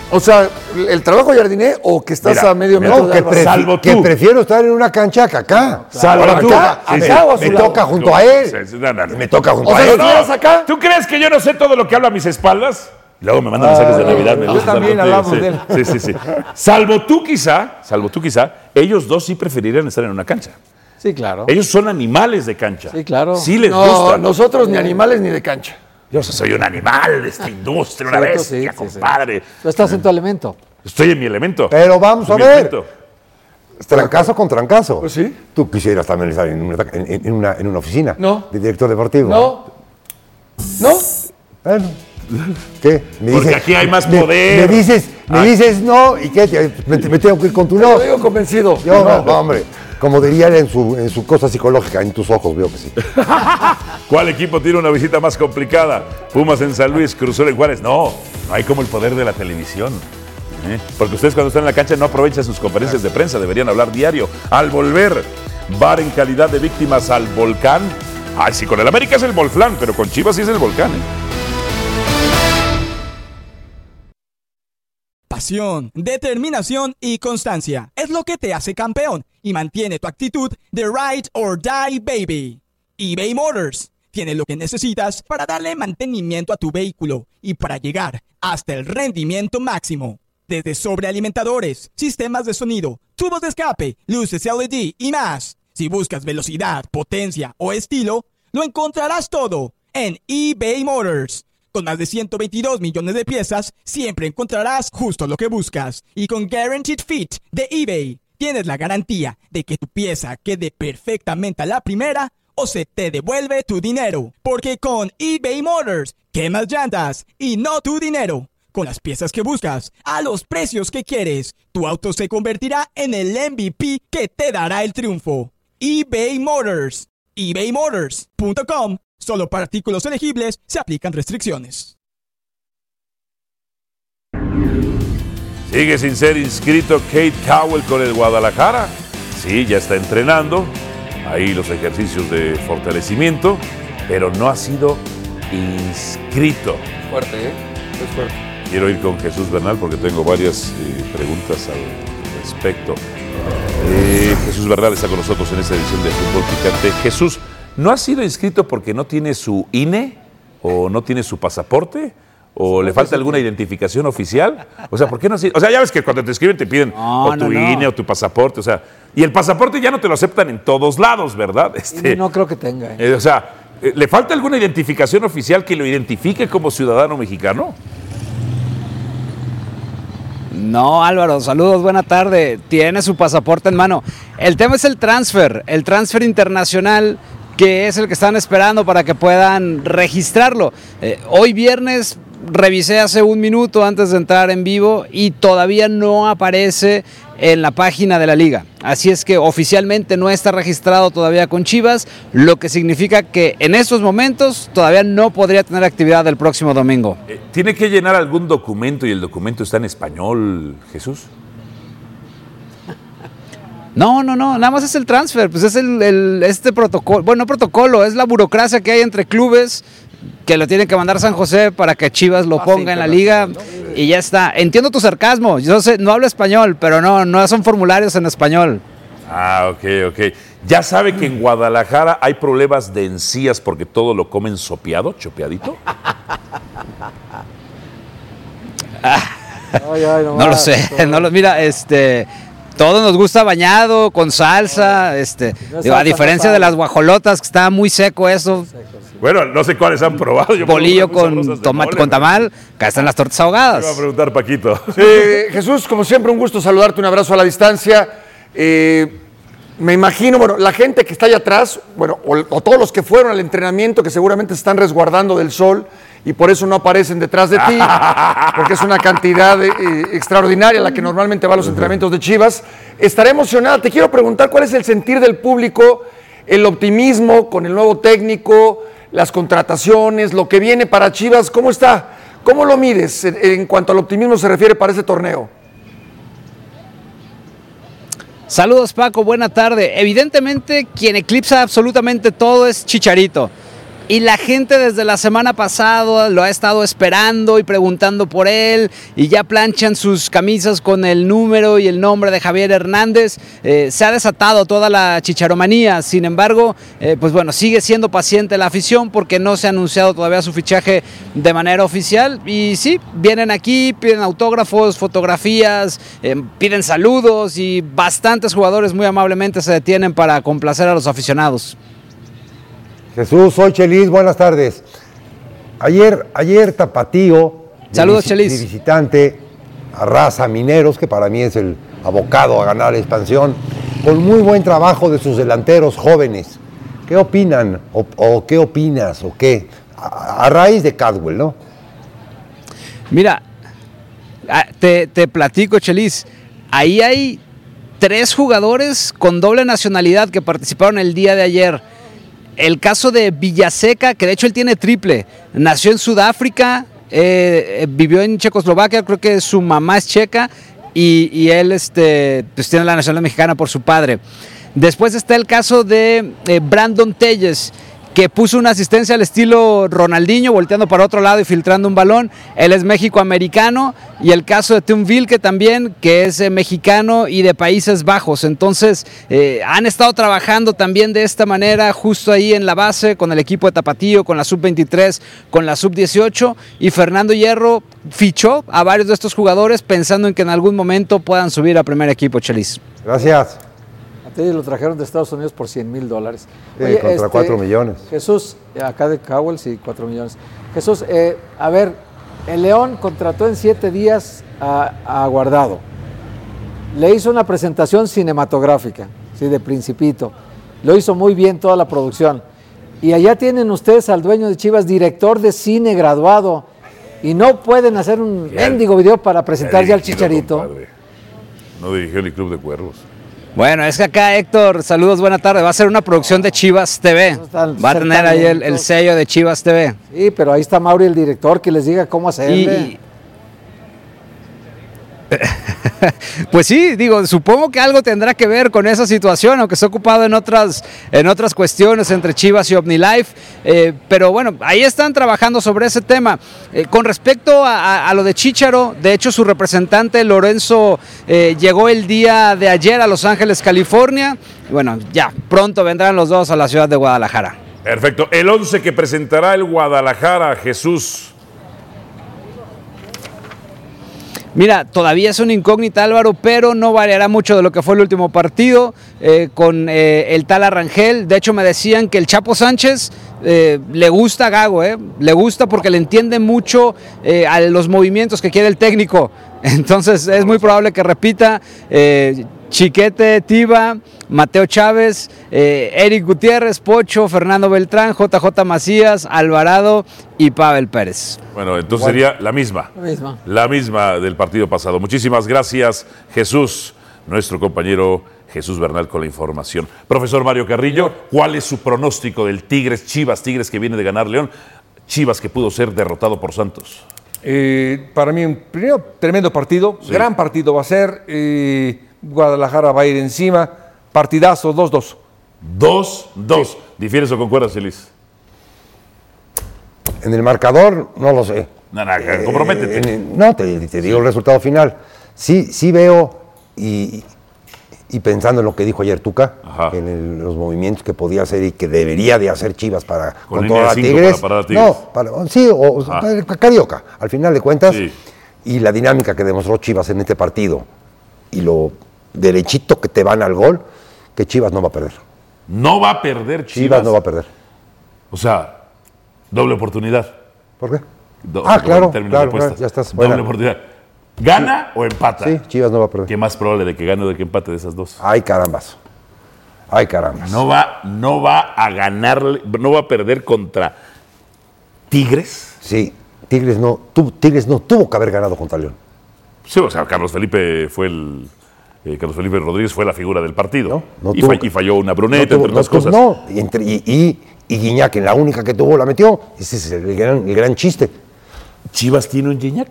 O sea, el- el trabajo de Jardiné o que estás
Mira,
a medio
mira,
metro
No,
de
que,
Álvaro.
prefi-
Salvo
que
tú.
prefiero estar en una cancha que acá.
Salvo
Ahora
tú.
acá,
Sí, sí.
acá o a su
Me
lado.
toca
junto a él.
Sí, sí, no, no, no.
Me toca junto
O
a
sea,
él.
si estuvieras acá.
¿Tú crees que yo no sé todo lo que hablo a mis espaldas? Luego me mandan mensajes de Navidad. me
yo
gusta
también
estar
hablamos
contigo, sí, Sí, sí, sí. Salvo tú quizá, salvo tú quizá, ellos dos sí preferirían estar en una cancha.
Sí, claro.
Ellos son animales de cancha.
Sí, claro.
Sí les gusta. Eh.
No, nosotros ni animales ni de cancha.
Yo soy un animal de esta industria, una
Cierto, sí,
bestia,
sí, Pues, sí.
compadre.
Tú estás en tu elemento.
Estoy en mi elemento.
Pero vamos
En
a
mi
ver.
elemento.
Trancazo con trancazo.
Pues sí.
Tú quisieras también estar en una, en- en una- en una oficina.
No.
De director deportivo.
No. No.
Bueno. ¿Qué? Me
Porque aquí hay más
me-
poder.
Me, dices, me
Ah.
dices no y qué, Te- me, me tengo que ir con tu no.
Lo digo convencido.
Yo no, no, hombre. Como dirían en su, en su cosa psicológica, en tus ojos veo que sí.
¿Cuál equipo tiene una visita más complicada? Pumas en San Luis, Cruzol en Juárez. No, no hay como el poder de la televisión. ¿eh? Porque ustedes cuando están en la cancha no aprovechan sus conferencias de prensa, deberían hablar diario. Al volver, bar en calidad de víctimas al volcán. Ay, sí, con el América es el volcán, pero con Chivas sí es el volcán. ¿eh?
Pasión, determinación y constancia es lo que te hace campeón y mantiene tu actitud de ride or die baby. eBay Motors tiene lo que necesitas para darle mantenimiento a tu vehículo y para llegar hasta el rendimiento máximo. Desde sobrealimentadores, sistemas de sonido, tubos de escape, luces LED y más. Si buscas velocidad, potencia o estilo, lo encontrarás todo en eBay Motors. Con más de 122 millones de piezas, siempre encontrarás justo lo que buscas. Y con Guaranteed Fit de eBay, tienes la garantía de que tu pieza quede perfectamente a la primera o se te devuelve tu dinero. Porque con eBay Motors, quemas llantas y no tu dinero. Con las piezas que buscas, a los precios que quieres, tu auto se convertirá en el MVP que te dará el triunfo. eBay Motors. ebaymotors.com. Solo para artículos elegibles se aplican restricciones.
Sigue sin ser inscrito Kate Cowell con el Guadalajara. Sí, ya está entrenando. Ahí los ejercicios de fortalecimiento, pero no ha sido inscrito.
Fuerte, ¿eh? Es fuerte.
Quiero ir con Jesús Bernal porque tengo varias eh, preguntas al respecto. Eh, Jesús Bernal está con nosotros en esta edición de Fútbol Picante. Jesús, ¿no ha sido inscrito porque no tiene su INE o no tiene su pasaporte? ¿O le falta alguna identificación oficial? O sea, ¿por qué no ha sido? O sea, ya ves que cuando te escriben te piden
No,
o tu
no, no.
INE o tu pasaporte. O sea, y el pasaporte ya no te lo aceptan en todos lados, ¿verdad? Este,
No creo que tenga. ¿eh?
eh, o sea, eh, ¿le falta alguna identificación oficial que lo identifique como ciudadano mexicano?
No, Álvaro, saludos, buena tarde. Tiene su pasaporte en mano. El tema es el transfer, el transfer internacional que es el que están esperando para que puedan registrarlo. Eh, hoy viernes revisé hace un minuto antes de entrar en vivo y todavía no aparece en la página de la liga. Así es que oficialmente no está registrado todavía con Chivas, lo que significa que en estos momentos todavía no podría tener actividad el próximo domingo.
Eh, ¿Tiene que llenar algún documento y el documento está en español, Jesús?
No, no, no, nada más es el transfer, pues es el, el- este protocolo, bueno, no protocolo, es la burocracia que hay entre clubes que lo tienen que mandar San José para que Chivas lo ponga en la liga y ya está. Entiendo tu sarcasmo, yo sé, no hablo español, pero no, no son formularios en español.
Ah, ok, ok. ¿Ya sabe que en Guadalajara hay problemas de encías porque todo lo comen sopeado, chopeadito?
Ay, ay, no
No lo
más.
sé, no lo, mira, este, todo nos gusta bañado, con salsa, este,
No es
digo,
salsa,
a
no
diferencia de
sabe.
las guajolotas que está muy seco eso,
Seco, sí.
Bueno, no sé cuáles han probado. Yo
Bolillo
probé unas
con,
sabrosas de
tomate,
mole,
con tamal. Acá están las tortas ahogadas.
Iba a preguntar Paquito.
Eh, Jesús, como siempre, un gusto saludarte, un abrazo a la distancia. Eh, me imagino, bueno, la gente que está allá atrás, bueno, o, o todos los que fueron al entrenamiento, que seguramente se están resguardando del sol y por eso no aparecen detrás de ti, porque es una cantidad eh, extraordinaria la que normalmente va a los entrenamientos de Chivas. Estaré emocionada. Te quiero preguntar cuál es el sentir del público, el optimismo con el nuevo técnico, las contrataciones, lo que viene para Chivas. ¿Cómo está? ¿Cómo lo mides en, en cuanto al optimismo se refiere para ese torneo?
Saludos Paco, buena tarde. Evidentemente quien eclipsa absolutamente todo es Chicharito. Y la gente desde la semana pasada lo ha estado esperando y preguntando por él. Y ya planchan sus camisas con el número y el nombre de Javier Hernández. Eh, se ha desatado toda la chicharomanía. Sin embargo, eh, pues bueno, sigue siendo paciente la afición porque no se ha anunciado todavía su fichaje de manera oficial. Y sí, vienen aquí, piden autógrafos, fotografías, eh, piden saludos y bastantes jugadores muy amablemente se detienen para complacer a los aficionados.
Jesús, soy Chelis, buenas tardes. Ayer, ayer Tapatío, de
Saludos,
visi-
Chelis.
de visitante, arrasa a Mineros, que para mí es el abocado a ganar la expansión, con muy buen trabajo de sus delanteros jóvenes. ¿Qué opinan? ¿O, o qué opinas? ¿O qué? A, a raíz de Cadwell, ¿no?
Mira, ah, te, te platico, Chelis. Ahí hay tres jugadores con doble nacionalidad que participaron el día de ayer. El caso de Villaseca, que de hecho él tiene triple. Nació en Sudáfrica, eh, eh, vivió en Checoslovaquia, creo que su mamá es checa y, y él este, pues, tiene la nacionalidad mexicana por su padre. Después está el caso de eh, Brandon Telles, que puso una asistencia al estilo Ronaldinho, volteando para otro lado y filtrando un balón. Él es México-americano. Y el caso de Tim Vilke también, que es eh, mexicano y de Países Bajos. Entonces, eh, han estado trabajando también de esta manera, justo ahí en la base, con el equipo de Tapatío, con la sub-23, con la sub-18. Y Fernando Hierro fichó a varios de estos jugadores pensando en que en algún momento puedan subir a primer equipo, Chelis.
Gracias.
A ti lo trajeron de Estados Unidos por 100 mil dólares. este,
Sí, contra cuatro millones.
Jesús, acá de Cowell, sí, 4 millones. Jesús, eh, a ver, el León contrató en 7 días a, a Guardado. Le hizo una presentación cinematográfica, sí, de principito. Lo hizo muy bien toda la producción. Y allá tienen ustedes al dueño de Chivas, director de cine graduado. Y no pueden hacer un mendigo video para presentar ya al
dirigido,
chicharito.
No dirigió ni Club de Cuervos.
Bueno, es que acá Héctor, saludos, buena tarde. Va a ser una producción de Chivas TV.
están-
Va a tener ahí el, el
están-
sello de Chivas TV.
Sí, pero ahí está Mauri, el director, que les diga cómo hacerle.
Y- Pues sí, digo, supongo que algo tendrá que ver con esa situación, aunque está ocupado en otras, en otras cuestiones entre Chivas y OmniLife. eh, pero bueno, ahí están trabajando sobre ese tema. Eh, con respecto a, a- a lo de Chicharo, de hecho su representante Lorenzo eh, llegó el día de ayer a Los Ángeles, California. Y bueno, ya, pronto vendrán los dos a la ciudad de Guadalajara.
Perfecto. El 11 que presentará el Guadalajara, Jesús.
Mira, todavía es una incógnita Álvaro, pero no variará mucho de lo que fue el último partido eh, con eh, el tal Arrangel. De hecho, me decían que el Chapo Sánchez eh, le gusta a Gago, eh, le gusta porque le entiende mucho eh, a los movimientos que quiere el técnico. Entonces es muy probable que repita eh, Chiquete, Tiba, Mateo Chávez, eh, Eric Gutiérrez, Pocho, Fernando Beltrán, JJ Macías, Alvarado y Pavel Pérez.
Bueno, entonces
Bueno.
sería la misma. La misma. La misma del partido pasado. Muchísimas gracias, Jesús, nuestro compañero Jesús Bernal con la información. Profesor Mario Carrillo, ¿cuál es su pronóstico del Tigres Chivas, Tigres que viene de ganar León, Chivas que pudo ser derrotado por Santos?
Eh, para mí, un primero, tremendo partido, gran partido va a ser. eh, Guadalajara va a ir encima. Partidazo, 2-2.
2-2. ¿Difieres o concuerdas, Elis?
En el marcador, no lo sé.
No, no,
Eh,
comprométete.
en el- no, te, te digo el resultado final. Sí, sí veo, y, y pensando en lo que dijo ayer Tuca, en el- los movimientos que podía hacer y que debería de hacer Chivas para
Con
controlar
línea de
a
cinco
Tigres.
para parar a Tigres.
No, para- oh, sí, o, o-
Ah.
para Carioca, al final de cuentas. Y la dinámica que demostró Chivas en este partido y lo derechito que te van al gol, que Chivas no va a perder.
No va a perder Chivas.
Chivas no va a perder.
O sea, Doble oportunidad.
¿Por qué?
Do-
Ah, claro,
en términos
claro,
de apuestas.
claro, ya estás
Doble
buena.
oportunidad. ¿Gana o empata?
Sí, Chivas no va a perder.
¿Qué más probable de que gane o de que empate de esas dos?
Ay, carambas. Ay, carambas.
No va, no va a ganar, no va a perder contra Tigres.
Sí, Tigres no, tu- Tigres no tuvo que haber ganado contra León.
Sí, o sea, Carlos Felipe fue el. eh, Carlos Felipe Rodríguez fue la figura del partido.
no
y,
tuvo
fa- y falló una bruneta,
no tuvo-
entre otras
no tuvo-
cosas.
no, y, entre- y, y- y Guiñac, en la única que tuvo, la metió. Ese es el gran, el gran chiste.
¿Chivas tiene un Guiñac?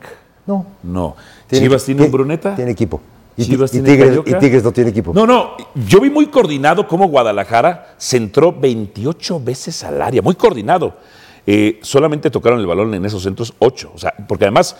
No.
No.
Tiene-
¿Chivas tiene un Bruneta?
Tiene equipo. Y, ti-
Chivas
y
tiene
Tigres,
Carioca.
y Tigres no tiene equipo.
No, no, yo vi muy coordinado cómo Guadalajara centró 28 veces al área, muy coordinado. Eh, solamente tocaron el balón en esos centros 8, o sea, porque además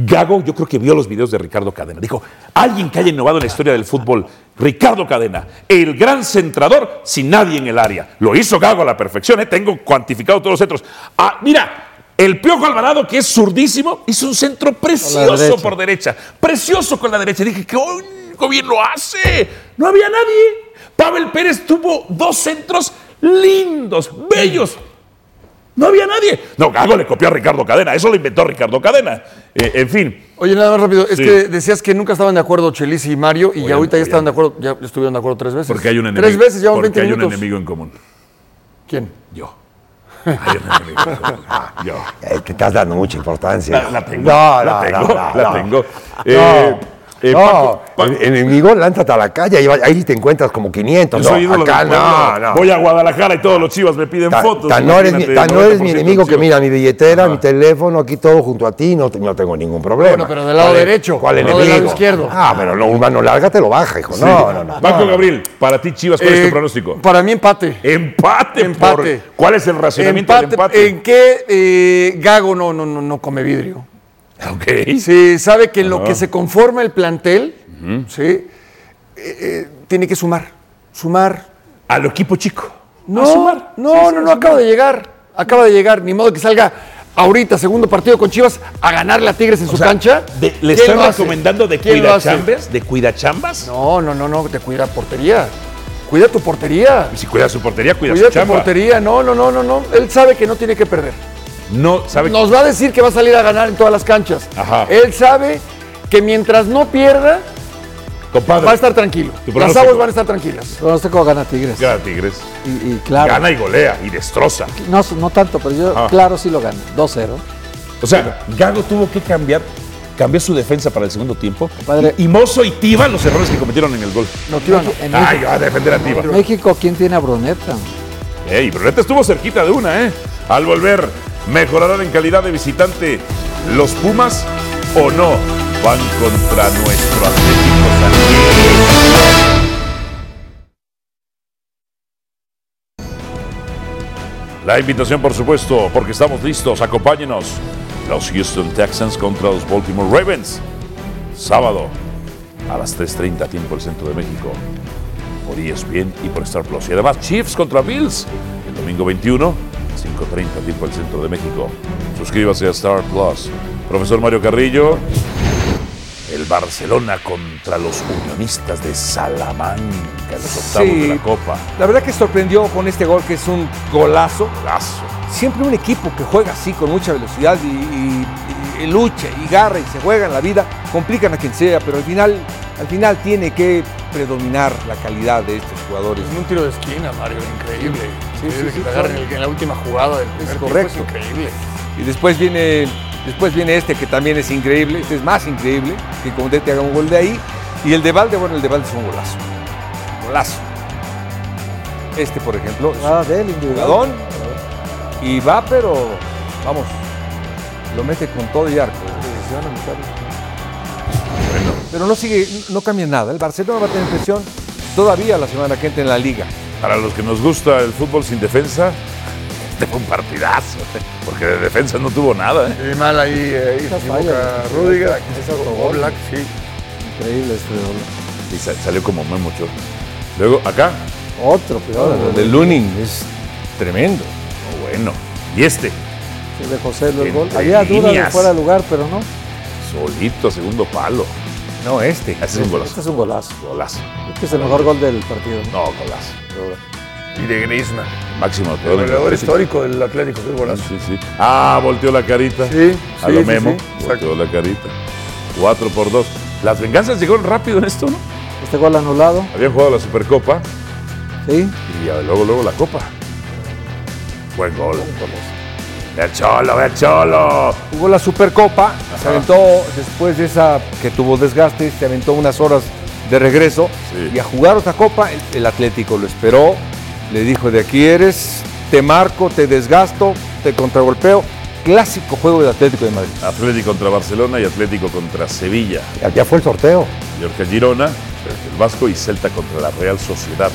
Gago yo creo que vio los videos de Ricardo Cadena. Dijo, alguien que haya innovado en la historia del fútbol, Ricardo Cadena, el gran centrador sin nadie en el área. Lo hizo Gago a la perfección, ¿eh? tengo cuantificado todos los centros. Ah, mira. El Piojo Alvarado, que es zurdísimo, hizo un centro precioso
derecha.
por derecha. Precioso con la derecha. Dije, ¿qué único bien lo hace? No había nadie. Pavel Pérez tuvo dos centros lindos, bellos. No había nadie. No, Gago le copió a Ricardo Cadena. Eso lo inventó Ricardo Cadena. Eh, en fin.
Oye, nada más rápido. Es
Sí.
que decías que nunca estaban de acuerdo Chelis y Mario y
Oye,
ahorita ya
oye.
estaban de acuerdo, ya estuvieron de acuerdo tres veces.
Porque hay un enemigo.
Tres veces, llevamos
porque
20
hay
minutos.
un enemigo en común.
¿Quién?
Yo. Hay un enemigo en común. Yo.
Eh, te estás dando mucha importancia.
La, la tengo.
No,
la
no, no,
tengo.
no,
la
no.
tengo.
No,
Eh, eh,
no,
Paco, Paco,
en- enemigo, lánzate a la calle, ahí, va- ahí te encuentras como 500.
yo
No,
soy ídolo
acá
del pueblo.
no, no.
Voy a Guadalajara y todos los chivas me piden
Tan,
fotos.
tan no eres, mi,
Imagínate,
tan no eres mi
90%
enemigo que
chivas.
mira mi billetera, mi teléfono, aquí todo junto a ti, no, te- no tengo ningún problema.
Bueno, pero del lado
¿Cuál es-
derecho,
¿Cuál
no del
enemigo?
lado izquierdo.
Ah, pero no, un mano larga te lo baja, hijo.
Sí.
No, no, no.
Paco
no.
Gabriel, para ti, Chivas, ¿cuál es
Eh,
tu pronóstico?
Para mí empate.
Empate,
Empate.
por- ¿Cuál es el racionamiento
empate,
del empate?
¿En qué eh, Gago no, no, no, no come vidrio?
Ah, Ok. Ah.
Sí, sabe que en lo
Ajá.
que se conforma el plantel, sí, eh, eh, tiene que sumar. Sumar.
Al equipo chico.
No, no, no, no, acaba de llegar. Acaba de llegar. Ni modo que salga ahorita, segundo partido con Chivas, a ganarle a Tigres en su cancha.
De- ¿Le
¿Quién
están
lo hace?
recomendando de
¿Quién lo
cuida
hace?
chambas? ¿De cuida chambas?
No, no, no, no, te cuida portería. Cuida tu portería.
Si cuida su portería, cuida,
Cuida
su
tu
chamba.
portería. No, no, no, no, no. Él sabe que no tiene que perder.
No, ¿sabe?
Nos va a decir que va a salir a ganar en todas las canchas.
Ajá.
Él sabe que mientras no pierda,
Compadre.
va a estar tranquilo.
Tu
Las
pronóstico.
aguas van a estar tranquilas.
Pronóstico gana Tigres.
Gana Tigres.
Y, y claro.
Gana y golea y destroza.
No, no tanto, pero yo,
Ah.
claro, sí lo gano. 2-0.
O sea, Gago tuvo que cambiar. Cambió su defensa para el segundo tiempo.
Padre.
Y, y Mozo y Tiva los errores que cometieron en el gol.
No, Tiva no.
En
Ay,
México-
va a defender a Tiva.
en México, ¿quién tiene a Bruneta?
Ey, pero neta estuvo cerquita de una, ¿eh? Al volver, ¿mejorarán en calidad de visitante los Pumas o no? Van contra nuestro Atlético San Diego. La invitación, por supuesto, porque estamos listos. Acompáñenos. Los Houston Texans contra los Baltimore Ravens. Sábado a las 3.30 tiempo el centro de México por E ESPN y por Star Plus. Y además Chiefs contra Bills el domingo 21, 5.30 tiempo el centro de México. Suscríbase a Star Plus. Profesor Mario Carrillo, el Barcelona contra los unionistas de Salamanca en los octavos
Sí.
de la Copa.
La verdad que sorprendió con este gol que es un golazo.
Golazo.
Siempre un equipo que juega así con mucha velocidad y, y- y lucha y garra y se juega en la vida, complican a quien sea, pero al final, al final tiene que predominar la calidad de estos jugadores.
un tiro de esquina, Mario, increíble.
Sí, sí,
Increíble
sí,
que te agarren
claro.
el- en la última jugada del
Es
primer tiempo,
correcto.
Es increíble.
Y después viene, después viene este que también es increíble, este es más increíble, que como te haga un gol de ahí. Y el de Valde, bueno, el de Valde es un golazo. Golazo. Este, por ejemplo, es
Nada de él,
un
individual.
jugadón y va, pero vamos, lo mete con todo y arco. Pero no sigue, no cambia nada. El Barcelona va a tener presión todavía la semana que entra en la liga.
Para los que nos gusta el fútbol sin defensa, este fue un partidazo, ¿eh? porque de defensa no tuvo nada. ¿eh?
Y mal ahí, eh,
Esas
equivoca
fallas.
Rüdiger,
Esas
o Black, sí.
Increíble este gol.
Y sa- salió como Memo Ochoa. Luego, acá,
Otro, cuidado.
Lo de Lunin es tremendo.
oh, bueno. Y este,
El de José Lu, el gol.
Entre
Había dudas de
líneas.
fuera de lugar, pero no.
solito, segundo palo.
No, este.
Ese es un
Este
golazo.
es un golazo.
Golazo.
Este es el mejor gol del partido. ¿no?
No, golazo.
y de Griezmann.
Máximo
El
goleador en
goleador
Atlético.
histórico del Atlético, qué golazo.
Sí, sí. Ah, volteó la carita.
Sí,
A
sí,
lo
sí,
Memo.
sí,
volteó la carita. 4 por 2. Las venganzas llegaron rápido en esto, ¿no?
Este gol anulado.
Habían jugado la Supercopa.
Sí.
Y ah, luego, luego la Copa. Buen gol, vamos. ¡Ve Cholo, ve Cholo!
Jugó la Supercopa, se aventó después de esa que tuvo desgaste, se aventó unas horas de regreso y a jugar otra copa, el, el Atlético lo esperó, le dijo de aquí eres, te marco, te desgasto, te contragolpeo. Clásico juego del Atlético de Madrid.
Atlético contra Barcelona y Atlético contra Sevilla.
Ya fue el sorteo.
Mallorca Girona, el Vasco y Celta contra la Real Sociedad.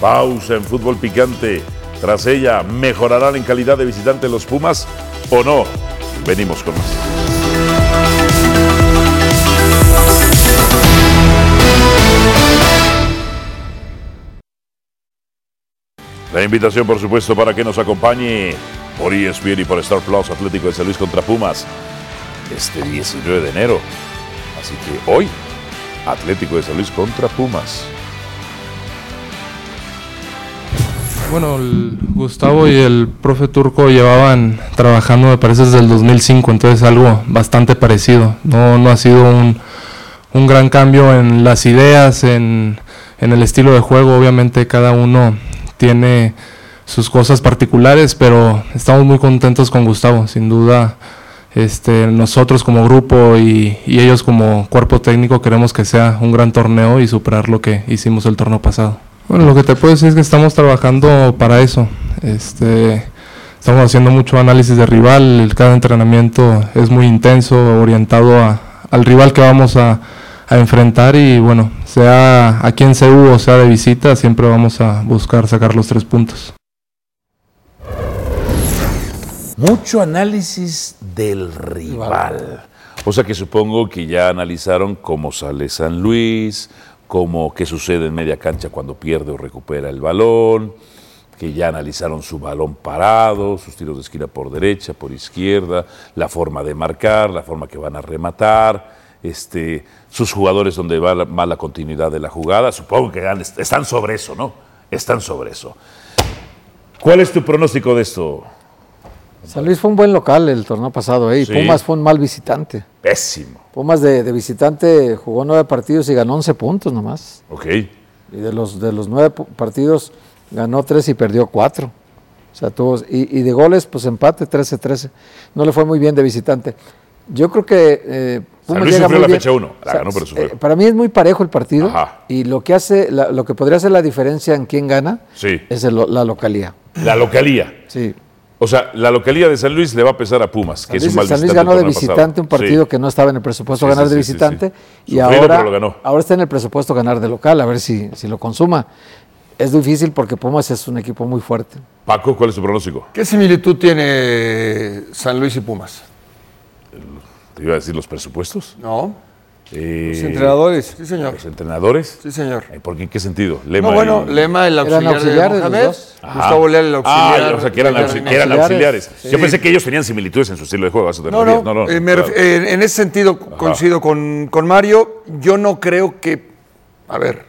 Pausa en fútbol picante. Tras ella, ¿mejorarán en calidad de visitante los Pumas o no? Venimos con más. La invitación, por supuesto, para que nos acompañe por E ESPN y por Star Plus Atlético de San Luis contra Pumas este 19 de enero. Así que hoy, Atlético de San Luis contra Pumas.
Bueno, el Gustavo y el profe turco llevaban trabajando, me parece, desde el 2005, entonces algo bastante parecido. No, no ha sido un, un gran cambio en las ideas, en, en el estilo de juego. Obviamente cada uno tiene sus cosas particulares, pero estamos muy contentos con Gustavo, sin duda. Este, nosotros como grupo y, y ellos como cuerpo técnico queremos que sea un gran torneo y superar lo que hicimos el torneo pasado. Bueno, lo que te puedo decir es que estamos trabajando para eso. Este, estamos haciendo mucho análisis de rival. el- Cada entrenamiento es muy intenso, orientado a- al rival que vamos a, a enfrentar. Y bueno, sea aquí en CEU o sea de visita, siempre vamos a buscar sacar los tres puntos.
Mucho análisis del rival.
O sea que supongo que ya analizaron cómo sale San Luis, cómo qué sucede en media cancha cuando pierde o recupera el balón, que ya analizaron su balón parado, sus tiros de esquina por derecha, por izquierda, la forma de marcar, la forma que van a rematar, este, sus jugadores donde va la, va la continuidad de la jugada. Supongo que han- están sobre eso, ¿no? Están sobre eso. ¿Cuál es tu pronóstico de esto?
San Luis fue un buen local el torneo pasado, ¿eh? y
Sí.
Pumas fue un mal visitante.
Pésimo.
Pumas de, de visitante jugó nueve partidos y ganó 11 puntos nomás.
Ok.
Y de los, de los nueve pu- partidos ganó tres y perdió cuatro. O sea, tuvo, y, y de goles, pues empate 13-13. No le fue muy bien de visitante. Yo creo que eh,
San
Pumas
Luis
llega
sufrió
muy
la
bien.
fecha 1. La
Sa-
ganó, pero
eh,
sufrió.
para mí es muy parejo el partido. Y lo que hace, la- lo que podría hacer la diferencia en quién gana
Sí.
es el lo- la localía.
La localía.
Sí.
O sea, la localía de San Luis le va a pesar a Pumas, que es un
San
mal
Luis, San Luis
visitante
ganó
el
de
torneo
visitante
pasado.
un partido
Sí.
que no estaba en el presupuesto
Sí, sí,
ganar de
sí, sí,
visitante
sí.
y
Sufrido,
ahora,
pero lo ganó.
ahora está en el presupuesto ganar de local, a ver si, si lo consuma. Es difícil porque Pumas es un equipo muy fuerte.
Paco, ¿cuál es tu pronóstico?
¿Qué similitud tiene San Luis y Pumas?
Te iba a decir los presupuestos.
No.
Eh,
Los entrenadores. Sí, señor.
¿Los entrenadores?
Sí, señor.
Eh, ¿Por qué? ¿En qué sentido? Lema
no, bueno,
y-
Lema, el auxiliar, de Mohamed,
Ajá.
Gustavo Leal, el auxiliar.
Ah, o sea, que eran,
Eran
auxi- que eran auxiliares. Yo
Sí.
pensé que ellos tenían similitudes en su estilo de juego. a eso te
No, no,
referías.
eh, me
claro.
ref- eh, en ese sentido coincido con, con Mario. Yo no creo que, a ver,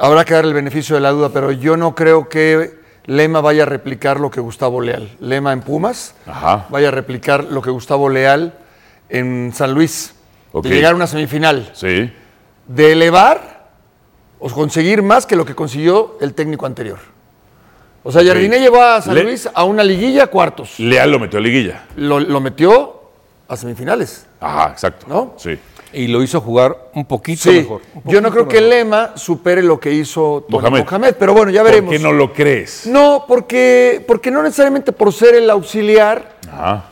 habrá que dar el beneficio de la duda, pero yo no creo que Lema vaya a replicar lo que Gustavo Leal, Lema en Pumas,
Ajá.
vaya a replicar lo que Gustavo Leal en San Luis,
Ok.
de llegar a una semifinal,
Sí.
de elevar o conseguir más que lo que consiguió el técnico anterior. O sea,
Ok.
Jardiné llevó a San
Le-
Luis a una liguilla cuartos
Leal lo metió a liguilla.
lo, lo metió a semifinales.
Ajá, exacto.
¿No?
Sí.
Y lo hizo jugar un poquito
Sí,
mejor. un
yo no
poquito
creo que
mejor.
Lema supere lo que hizo Tony
Mohamed.
Mohamed, pero bueno, ya veremos.
¿Por qué no lo crees?
No, porque, porque no necesariamente por ser el auxiliar
Ajá.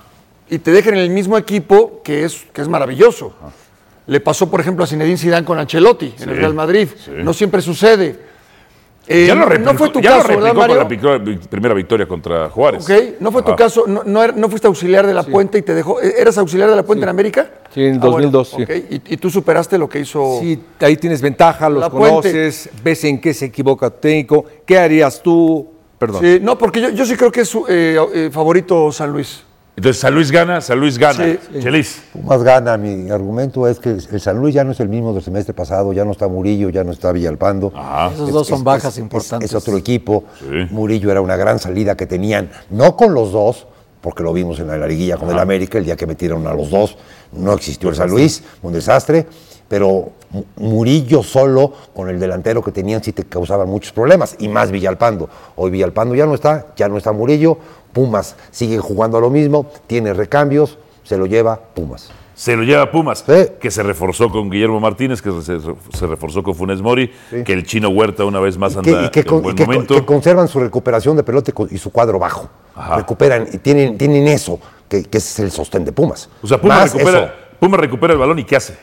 y te dejen en el mismo equipo, que es, que es maravilloso. Le pasó, por ejemplo, a Zinedine Zidane con Ancelotti en el Real Madrid. No siempre sucede. Eh,
ya lo replicó,
no fue tu caso,
ya lo replicó
¿verdad, Mario?
con la pic- vic- primera victoria contra Juárez.
Ok, no fue tu
Ajá.
caso, no, no er- no fuiste auxiliar de la puente y te dejó. ¿E- ¿Eras auxiliar de la puente en América?
Sí, en el
Ah, bueno,
2002, sí.
ok, Y, y tú superaste lo que hizo.
Sí, ahí tienes ventaja, los
La Puente.
conoces, ves en qué se equivoca tu técnico, qué harías tú. Perdón.
Sí, no, porque yo, yo sí creo que es su- eh, eh, favorito San Luis.
Entonces, San Luis gana, San Luis gana. Chelis.
Pumas gana. Mi argumento es que el San Luis ya no es el mismo del semestre pasado, ya no está Murillo, ya no está Villalpando.
Esos dos son bajas importantes.
Es, otro equipo. Murillo era una gran salida que tenían, no con los dos, porque lo vimos en la liguilla con el América, el día que metieron a los dos, no existió el San Luis, un desastre, pero Mu- Murillo solo con el delantero que tenían sí te causaban muchos problemas, y más Villalpando. Hoy Villalpando ya no está, ya no está Murillo, Pumas sigue jugando a lo mismo, tiene recambios, se lo lleva Pumas.
Se lo lleva Pumas, que se reforzó con Guillermo Martínez, que se, se reforzó con Funes Mori, que el chino Huerta una vez más
que,
anda
y que con-
en buen
que-
momento.
que conservan su recuperación de pelote co- y su cuadro bajo. Recuperan, y tienen, tienen eso, que, que es el sostén de Pumas.
o sea, Pumas
Más
recupera,
eso.
Pumas recupera el balón y ¿qué hace?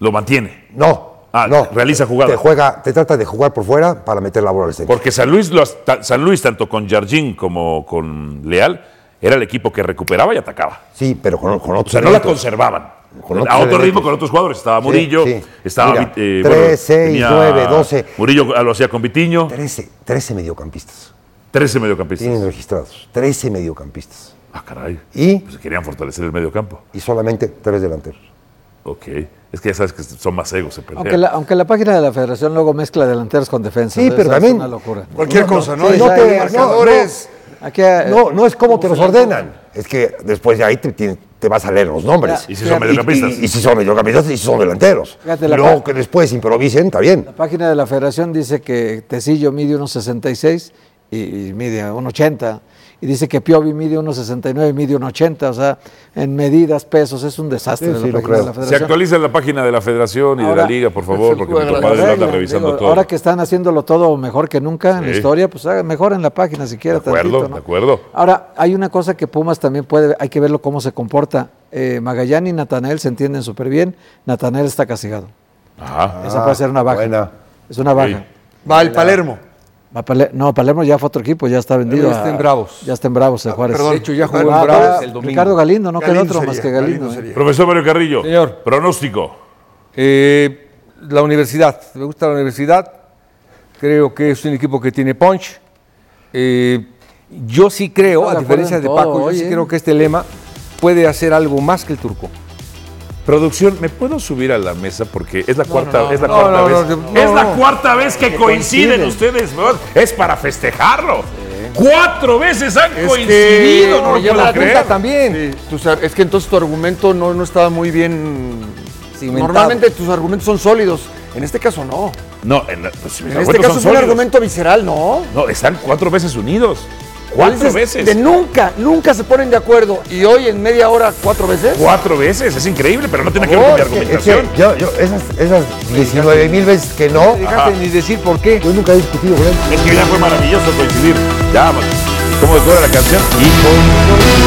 Lo mantiene.
No.
Ah, realiza jugadas.
Te juega, te trata de jugar por fuera para meter la bola al centro.
Porque San Luis, lo has- ta- San Luis tanto con Jardín como con Leal, era el equipo que recuperaba y atacaba.
Sí, pero con, con
O
otros
sea, no la
elementos.
conservaban.
Con
a
otros
otro ritmo,
elementos.
con otros jugadores. Estaba
Sí,
Murillo,
sí.
estaba...
Mira,
eh,
tres,
bueno,
seis,
tenía-
nueve, doce.
Murillo ah, lo hacía con Vitiño.
13, 13 mediocampistas.
13 mediocampistas.
Tienen registrados. 13 mediocampistas.
Ah, caray.
Y,
Pues querían fortalecer el mediocampo.
y solamente tres delanteros.
Ok. Es que ya sabes que son más egos, se pelean.
Aunque la, aunque la página de la federación luego mezcla delanteros con defensa.
Sí, pero también-
Es una locura.
Cualquier cosa, ¿no?
Sí,
No
ya
te-
hay
no,
marcadores. Aquí, eh,
No, no es como te los ordenan. Es que después de ahí te, tienes- te vas a leer los nombres.
Y si son mediocampistas.
Y, y si son mediocampistas y si son delanteros.
Fíjate,
Y
la
Luego
pa-
que después improvisen, está bien.
La página de la federación dice que Tecillo mide 1,66 y, y mide 1,80. Y dice que Piovi mide 1,69 y mide 1,80. O sea, en medidas, pesos, es un desastre. la página de la
Se
federación.
actualiza la página de la federación y de la
Ahora-
liga, por favor, porque mi
Bueno,
compadre lo anda
arreglan,
revisando
digo,
todo.
Ahora que están haciéndolo todo mejor que nunca en la
Sí.
historia, pues hagan- mejoren la página si quieren.
de acuerdo, de acuerdo.
Ahora, hay una cosa que Pumas también puede, hay que verlo cómo se comporta. Eh, Magallán y Natanael se entienden súper bien. Natanael está castigado.
Ajá.
Esa puede ser una baja. Es una baja.
Va el Palermo.
Va Pale- no, Palermo ya fue otro equipo, ya está vendido.
Ya está
a-
en Bravos. Ah,
Ya está en Bravos de Juárez.
perdón. De hecho, ya jugó
Ah,
en Bravos
va
el domingo.
Ricardo Galindo, no queda
Galindo
otro más
sería,
que Galindo.
Galindo
¿eh?
Profesor Mario Carrillo. Señor. Pronóstico.
Eh, la universidad, me gusta la universidad. Creo que es un equipo que tiene punch. Eh, yo sí creo,
Está
a
de acuerdo
diferencia
en
de
todo
Paco,
hoy,
yo sí
¿eh?
creo que este lema puede hacer algo más que el turco.
Producción, ¿me puedo subir a la mesa? Porque es la cuarta,
no,
es la
no,
cuarta
no,
vez.
no, no,
es
no.
la cuarta vez que
Que
coinciden,
coinciden.
ustedes, ¿verdad? Es para festejarlo. Cuatro veces han
Es que-
coincidido, no lo
lleva
puedo
la
creer.
punta también. Sí, tú sabes, es que entonces tu argumento no, no estaba muy bien.
Cimentado.
Normalmente tus argumentos son sólidos. En este caso no.
No, en, la- pues,
En
los
este caso
argumentos son
fue un
sólidos.
argumento visceral, ¿no?
No, están cuatro veces unidos. Cuatro
Dices,
veces.
De nunca, nunca se ponen de acuerdo. Y hoy en media hora, cuatro veces.
Cuatro veces, es increíble, pero no tiene que ver
favor,
con mi
es que-
Es
argumentación.
que yo, yo, esas, esas 19 mil veces que no.
dejaste
Ajá.
ni decir por qué.
Yo nunca he discutido con él.
Es que ya fue maravilloso coincidir. Ya, vamos. ¿Cómo decora la canción? Y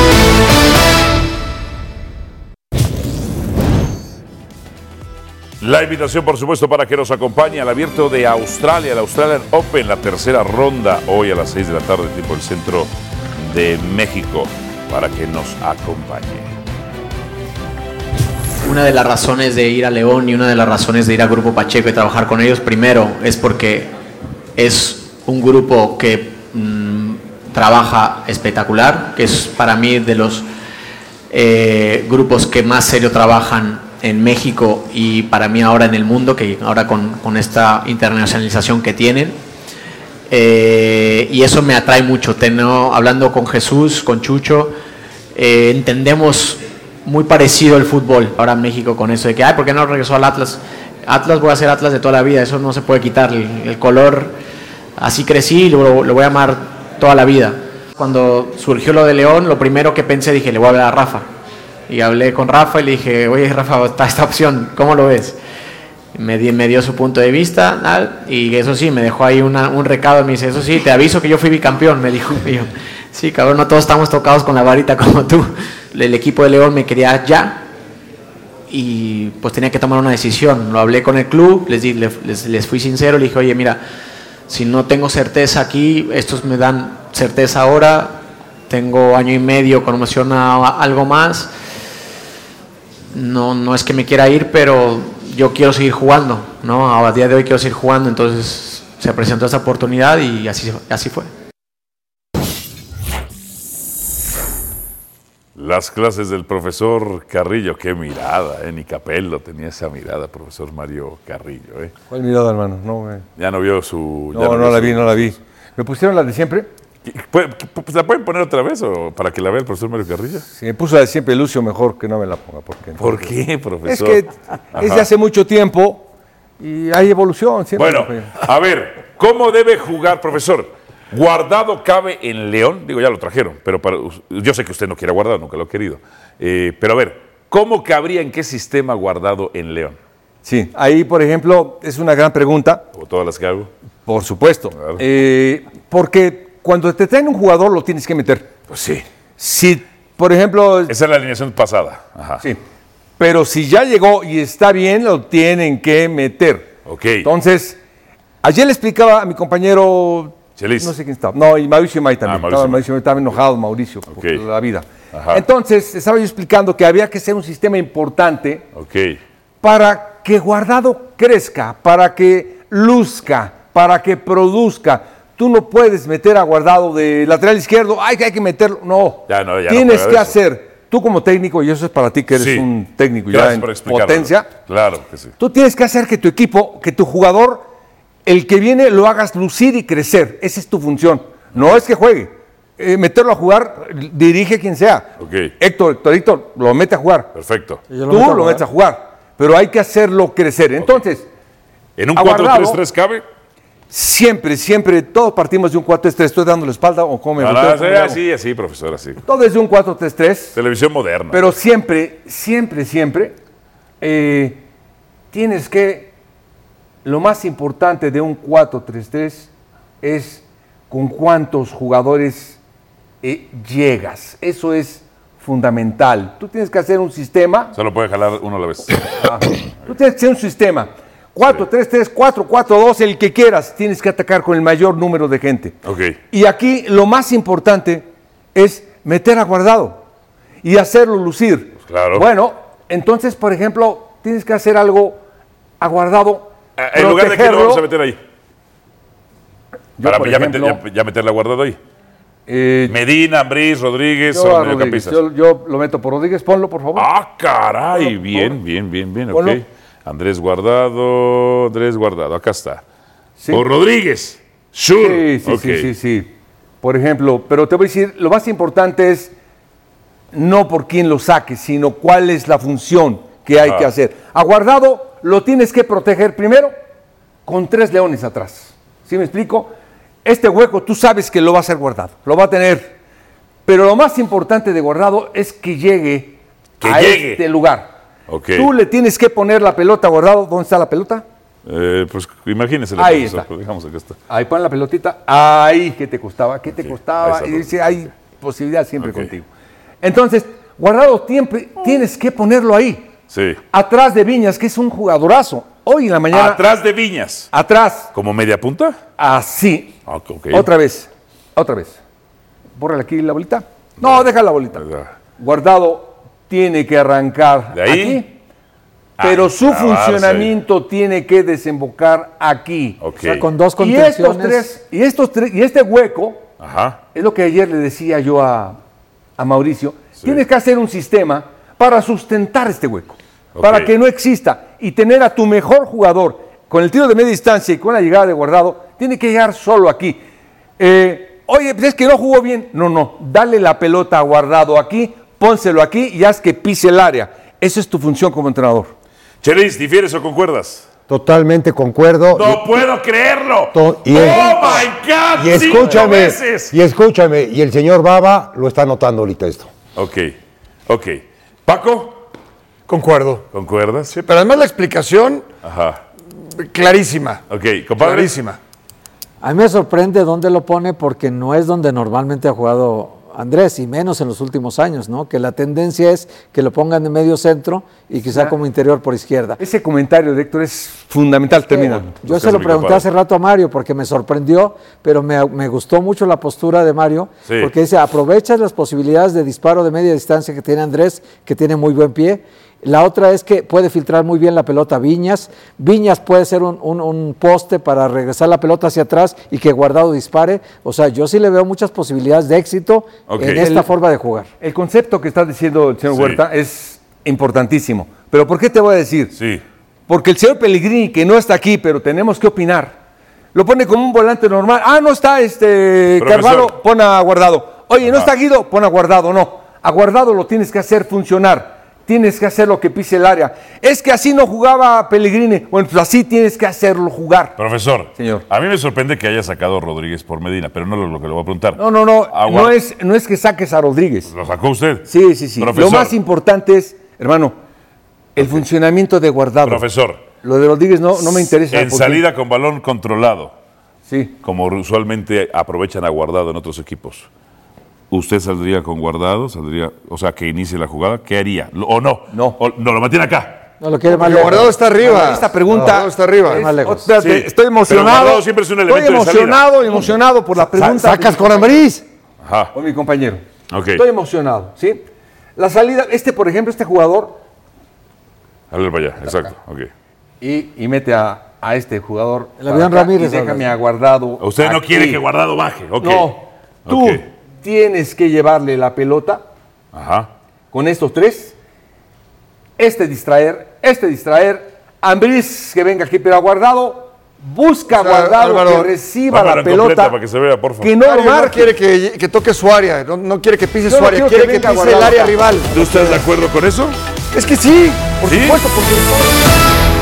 con- La invitación, por supuesto, para que nos acompañe al abierto de Australia, el Australian Open, la tercera ronda, hoy a las 6 de la tarde, tipo el centro de México, para que nos acompañe.
Una de las razones de ir a León y una de las razones de ir a Grupo Pacheco y trabajar con ellos primero es porque es un grupo que mm, trabaja espectacular, que es para mí de los eh, grupos que más serio trabajan en México y para mí ahora en el mundo, que ahora con, con esta internacionalización que tienen. Eh, y eso me atrae mucho. Tengo, hablando con Jesús, con Chucho, eh, entendemos muy parecido el fútbol ahora en México con eso de que, ay, ¿por qué no regresó al Atlas? Atlas voy a ser Atlas de toda la vida, eso no se puede quitar. El, el color, así crecí y lo, lo voy a amar toda la vida. Cuando surgió lo de León, lo primero que pensé, dije, le voy a hablar a Rafa. Y hablé con Rafa y le dije, oye, Rafa, está esta opción, ¿cómo lo ves? me, di- me dio su punto de vista tal, y eso sí, me dejó ahí una- un recado, me dice, eso sí, te aviso que yo fui bicampeón, me dijo, y yo, sí, cabrón, no todos estamos tocados con la varita como tú. El equipo de León me quería ya y pues tenía que tomar una decisión, lo hablé con el club, les, di- le- les, les fui sincero, le dije, oye, mira, si no tengo certeza aquí, estos me dan certeza ahora, tengo año y medio con opción a algo más, no, no es que me quiera ir, pero yo quiero seguir jugando, ¿no? A día de hoy quiero seguir jugando, entonces se presentó esta oportunidad y así, así fue.
Las clases del profesor Carrillo, qué mirada, ¿eh? Ni Capello tenía esa mirada, profesor Mario Carrillo, ¿eh?
¿Cuál mirada, hermano? No, güey.
Ya no vio su...
No,
ya
no,
vio
la
su-
vi, no la vi. ¿Me pusieron la de siempre?
¿Puede- pu- ¿La pueden poner otra vez o para que la vea el profesor Mario Carrillo?
Si me puso la de siempre, Lucio, mejor que no me la ponga. Porque
¿Por qué,
Es
profesor?
que es de
Ajá.
hace mucho tiempo y hay evolución siempre. pues.
Bueno,
compañero.
a ver, ¿cómo debe jugar, profesor? Guardado cabe en León, digo, ya lo trajeron, pero para- yo sé que usted no quiere guardar, nunca lo ha querido. Eh, pero a ver, ¿cómo cabría en qué sistema guardado en León?
Sí, ahí, por ejemplo, es una gran pregunta.
O todas las que hago.
Por supuesto. Eh, porque cuando te traen un jugador lo tienes que meter.
Pues sí.
Si, por ejemplo...
Esa es la alineación pasada.
Sí. Pero si ya llegó y está bien, lo tienen que meter.
Ok.
Entonces, ayer le explicaba a mi compañero...
Chelis. Ah,
No sé quién estaba. No, y Mauricio May también.
Mauricio
Estaba
May.
Mauricio May, estaba enojado, Mauricio, por la vida.
Ajá.
Entonces, estaba yo explicando que había que ser un sistema importante
Ok.
para que Guardado crezca, para que luzca, para que produzca. Tú no puedes meter a Guardado de lateral izquierdo, ay, que hay que meterlo. No,
Ya no, ya no
tienes que
juega de eso.
hacer, tú como técnico, y eso es para ti que eres
Sí.
un técnico ya
Gracias
en
por explicarlo.
potencia,
Claro que sí.
tú tienes que hacer que tu equipo, que tu jugador, el que viene, lo hagas lucir y crecer. Esa es tu función. No es que juegue. Eh, meterlo a jugar, dirige quien sea.
Ok.
Héctor, Héctorito, lo mete a jugar.
Perfecto.
Tú lo metes a jugar, pero hay que hacerlo crecer. Entonces,
¿En un
a Guardado
4-3-3 cabe?
siempre, siempre, todos partimos de un 4-3-3. Estoy dando la espalda o cómo me
Ah,
volteo,
sí,
cómo me hago.
así, así, profesor, así.
Todo es de un 4-3-3,
Televisión moderna.
pero siempre, siempre, siempre eh, tienes que. Lo más importante de un 4-3-3 es con cuántos jugadores eh, llegas. Eso es fundamental. Tú tienes que hacer un sistema
Solo puede jalar uno a la vez.
Ah. Tú tienes que ser un sistema. 4, 3, 3, 4, 4, 2, el que quieras. Tienes que atacar con el mayor número de gente.
Ok.
Y aquí lo más importante es meter a guardado y hacerlo lucir.
claro.
Bueno, entonces, por ejemplo, tienes que hacer algo a guardado.
Eh, En lugar de que lo
protegerlo.
vamos a meter ahí.
Yo,
Para
por
ya,
ejemplo- eh,
meter, ya, ya meterla guardado ahí. Medina, Ambriz, Rodríguez,
Yo,
son
a Rodríguez,
mediocampistas.
yo, yo lo meto por Rodríguez, ponlo, por favor.
Ah, Caray, bien, bien, bien, bien, ok.
Ponlo.
Andrés Guardado, Andrés Guardado, acá está.
Sí.
O Rodríguez, sure.
Sí, sí,
Ok.
sí, sí, sí. Por ejemplo, pero te voy a decir, lo más importante es no por quién lo saques, sino cuál es la función que hay
Ajá.
que hacer. Aguardado lo tienes que proteger primero con tres leones atrás. ¿Sí me explico? Este hueco tú sabes que lo va a ser guardado, lo va a tener. Pero lo más importante de guardado es que llegue
Que
a
llegue.
este lugar.
Ok.
Tú le tienes que poner la pelota a guardado. ¿Dónde está la pelota?
Eh, pues imagínense.
Ahí
profesor,
está.
pues, Dejamos acá está.
Ahí pon la pelotita. Ahí, ¿qué te costaba? ¿Qué te
ahí
costaba?
está.
Y dice, hay posibilidad siempre contigo. Entonces, guardado tiempo, tienes que ponerlo ahí.
Sí.
Atrás de Viñas, que es un jugadorazo. Hoy en la mañana.
Atrás de Viñas.
Atrás.
¿Como media punta?
Así.
Ah, ok.
Otra vez. Otra vez. Bórrale aquí la bolita. No, deja la bolita. Guardado tiene que arrancar
De ahí.
aquí. Pero
Ah,
su
clavarse.
funcionamiento tiene que desembocar aquí.
O sea,
con dos
Y estos
contenciones.
tres, y estos tres, y este hueco,
Ajá.
es lo que ayer le decía yo a, a Mauricio, tienes que hacer un sistema para sustentar este hueco,
Ok.
para que no exista y tener a tu mejor jugador con el tiro de media distancia y con la llegada de guardado, tiene que llegar solo aquí. Eh, Oye, pues es que no jugó bien. No, no, dale la pelota a guardado aquí, pónselo aquí y haz que pise el área. Esa es tu función como entrenador.
Chelis, ¿difieres o concuerdas?
Totalmente concuerdo.
¡No puedo creerlo!
To- y
¡Oh,
es-
my God!
Y
¡Cinco
escúchame,
veces!
y escúchame, y el señor Baba lo está notando ahorita esto.
Ok, ok. ¿Paco?
Concuerdo.
¿Concuerdas?
Sí, pero además la explicación
Ajá.
clarísima.
Ok, compadre.
Clarísima.
A mí me sorprende dónde lo pone porque no es donde normalmente ha jugado Andrés y menos en los últimos años, ¿no? Que la tendencia es que lo pongan de medio centro y quizá como interior por izquierda.
Ese comentario de Héctor es fundamental, termina.
Yo se lo pregunté hace rato a Mario porque me sorprendió, pero me, me gustó mucho la postura de Mario,
Sí.
porque dice, aprovechas las posibilidades de disparo de media distancia que tiene Andrés, que tiene muy buen pie, La otra es que puede filtrar muy bien la pelota a Viñas. Viñas puede ser un, un- un poste para regresar la pelota hacia atrás y que Guardado dispare. O sea, yo sí le veo muchas posibilidades de éxito
Ok.
en esta
El-
forma de jugar.
El concepto que está diciendo el señor
Sí.
Huerta es importantísimo. Pero ¿por qué te voy a decir?
Sí.
Porque el señor Pellegrini, que no está aquí, pero tenemos que opinar, lo pone como un volante normal. Ah, no está este
Profesor.
Carvalho, pon a guardado. Oye, no
Ah.
está Guido, pon a guardado. No, a guardado lo tienes que hacer funcionar. Tienes que hacer lo que pise el área. Es que así no jugaba Pellegrini. Bueno, pues así tienes que hacerlo jugar.
Profesor, a mí me sorprende que haya sacado a Rodríguez por Medina, pero no lo, lo que le voy a preguntar.
No, no, no.
Agua-
No es, no es que saques a Rodríguez.
¿Lo sacó usted?
Sí, sí, sí.
Profesor.
Lo más importante es, hermano, el funcionamiento de guardado.
Profesor.
Lo de Rodríguez no, no me interesa.
En
porque-
salida con balón controlado.
Sí.
Como usualmente aprovechan a guardado en otros equipos. ¿Usted saldría con guardado? ¿Saldría, o sea, que inicie la jugada? ¿Qué haría? Lo- ¿O no? No. no, lo mantiene acá.
No lo quiere
más
Porque
lejos.
Guardado está arriba.
Esta pregunta-
Guardado está arriba.
Es más lejos.
Otra-
Sí.
Estoy
Pero
emocionado.
Guardado siempre es un
Estoy
elemento de salida.
emocionado, emocionado por la pregunta.
sacas con
Ambriz?
Ajá.
Con mi compañero.
Ok.
Estoy emocionado, ¿sí? La salida, este, por ejemplo, este jugador,
A ver para allá, exacto. ok.
y, y mete a, a este jugador.
El
para
avión
acá
Ramírez,
Y déjame
ahora.
a guardado.
Usted no
aquí.
quiere que Guardado baje, ok.
No. Tú
Ok.
tienes que llevarle la pelota
Ajá.
con estos tres. Este distraer, este distraer. Ambriz que venga aquí, pero a guardado. Busca a guardado
Álvaro,
que reciba
Álvaro,
la
completa
pelota.
para que se vea, por favor.
Que no lo
Mario no
marque.
quiere que, que toque su área, no, no quiere que pise
Yo
su
no
área,
quiero
quiere
que
que,
venga
pise el
Guardado
área
acá.
rival.
¿Tú estás de acuerdo con eso?
Es que sí, por
¿Sí?
supuesto, porque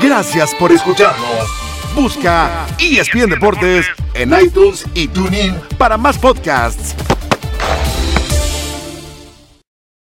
Gracias por escucharnos. Busca ESPN Deportes en iTunes y TuneIn para más podcasts.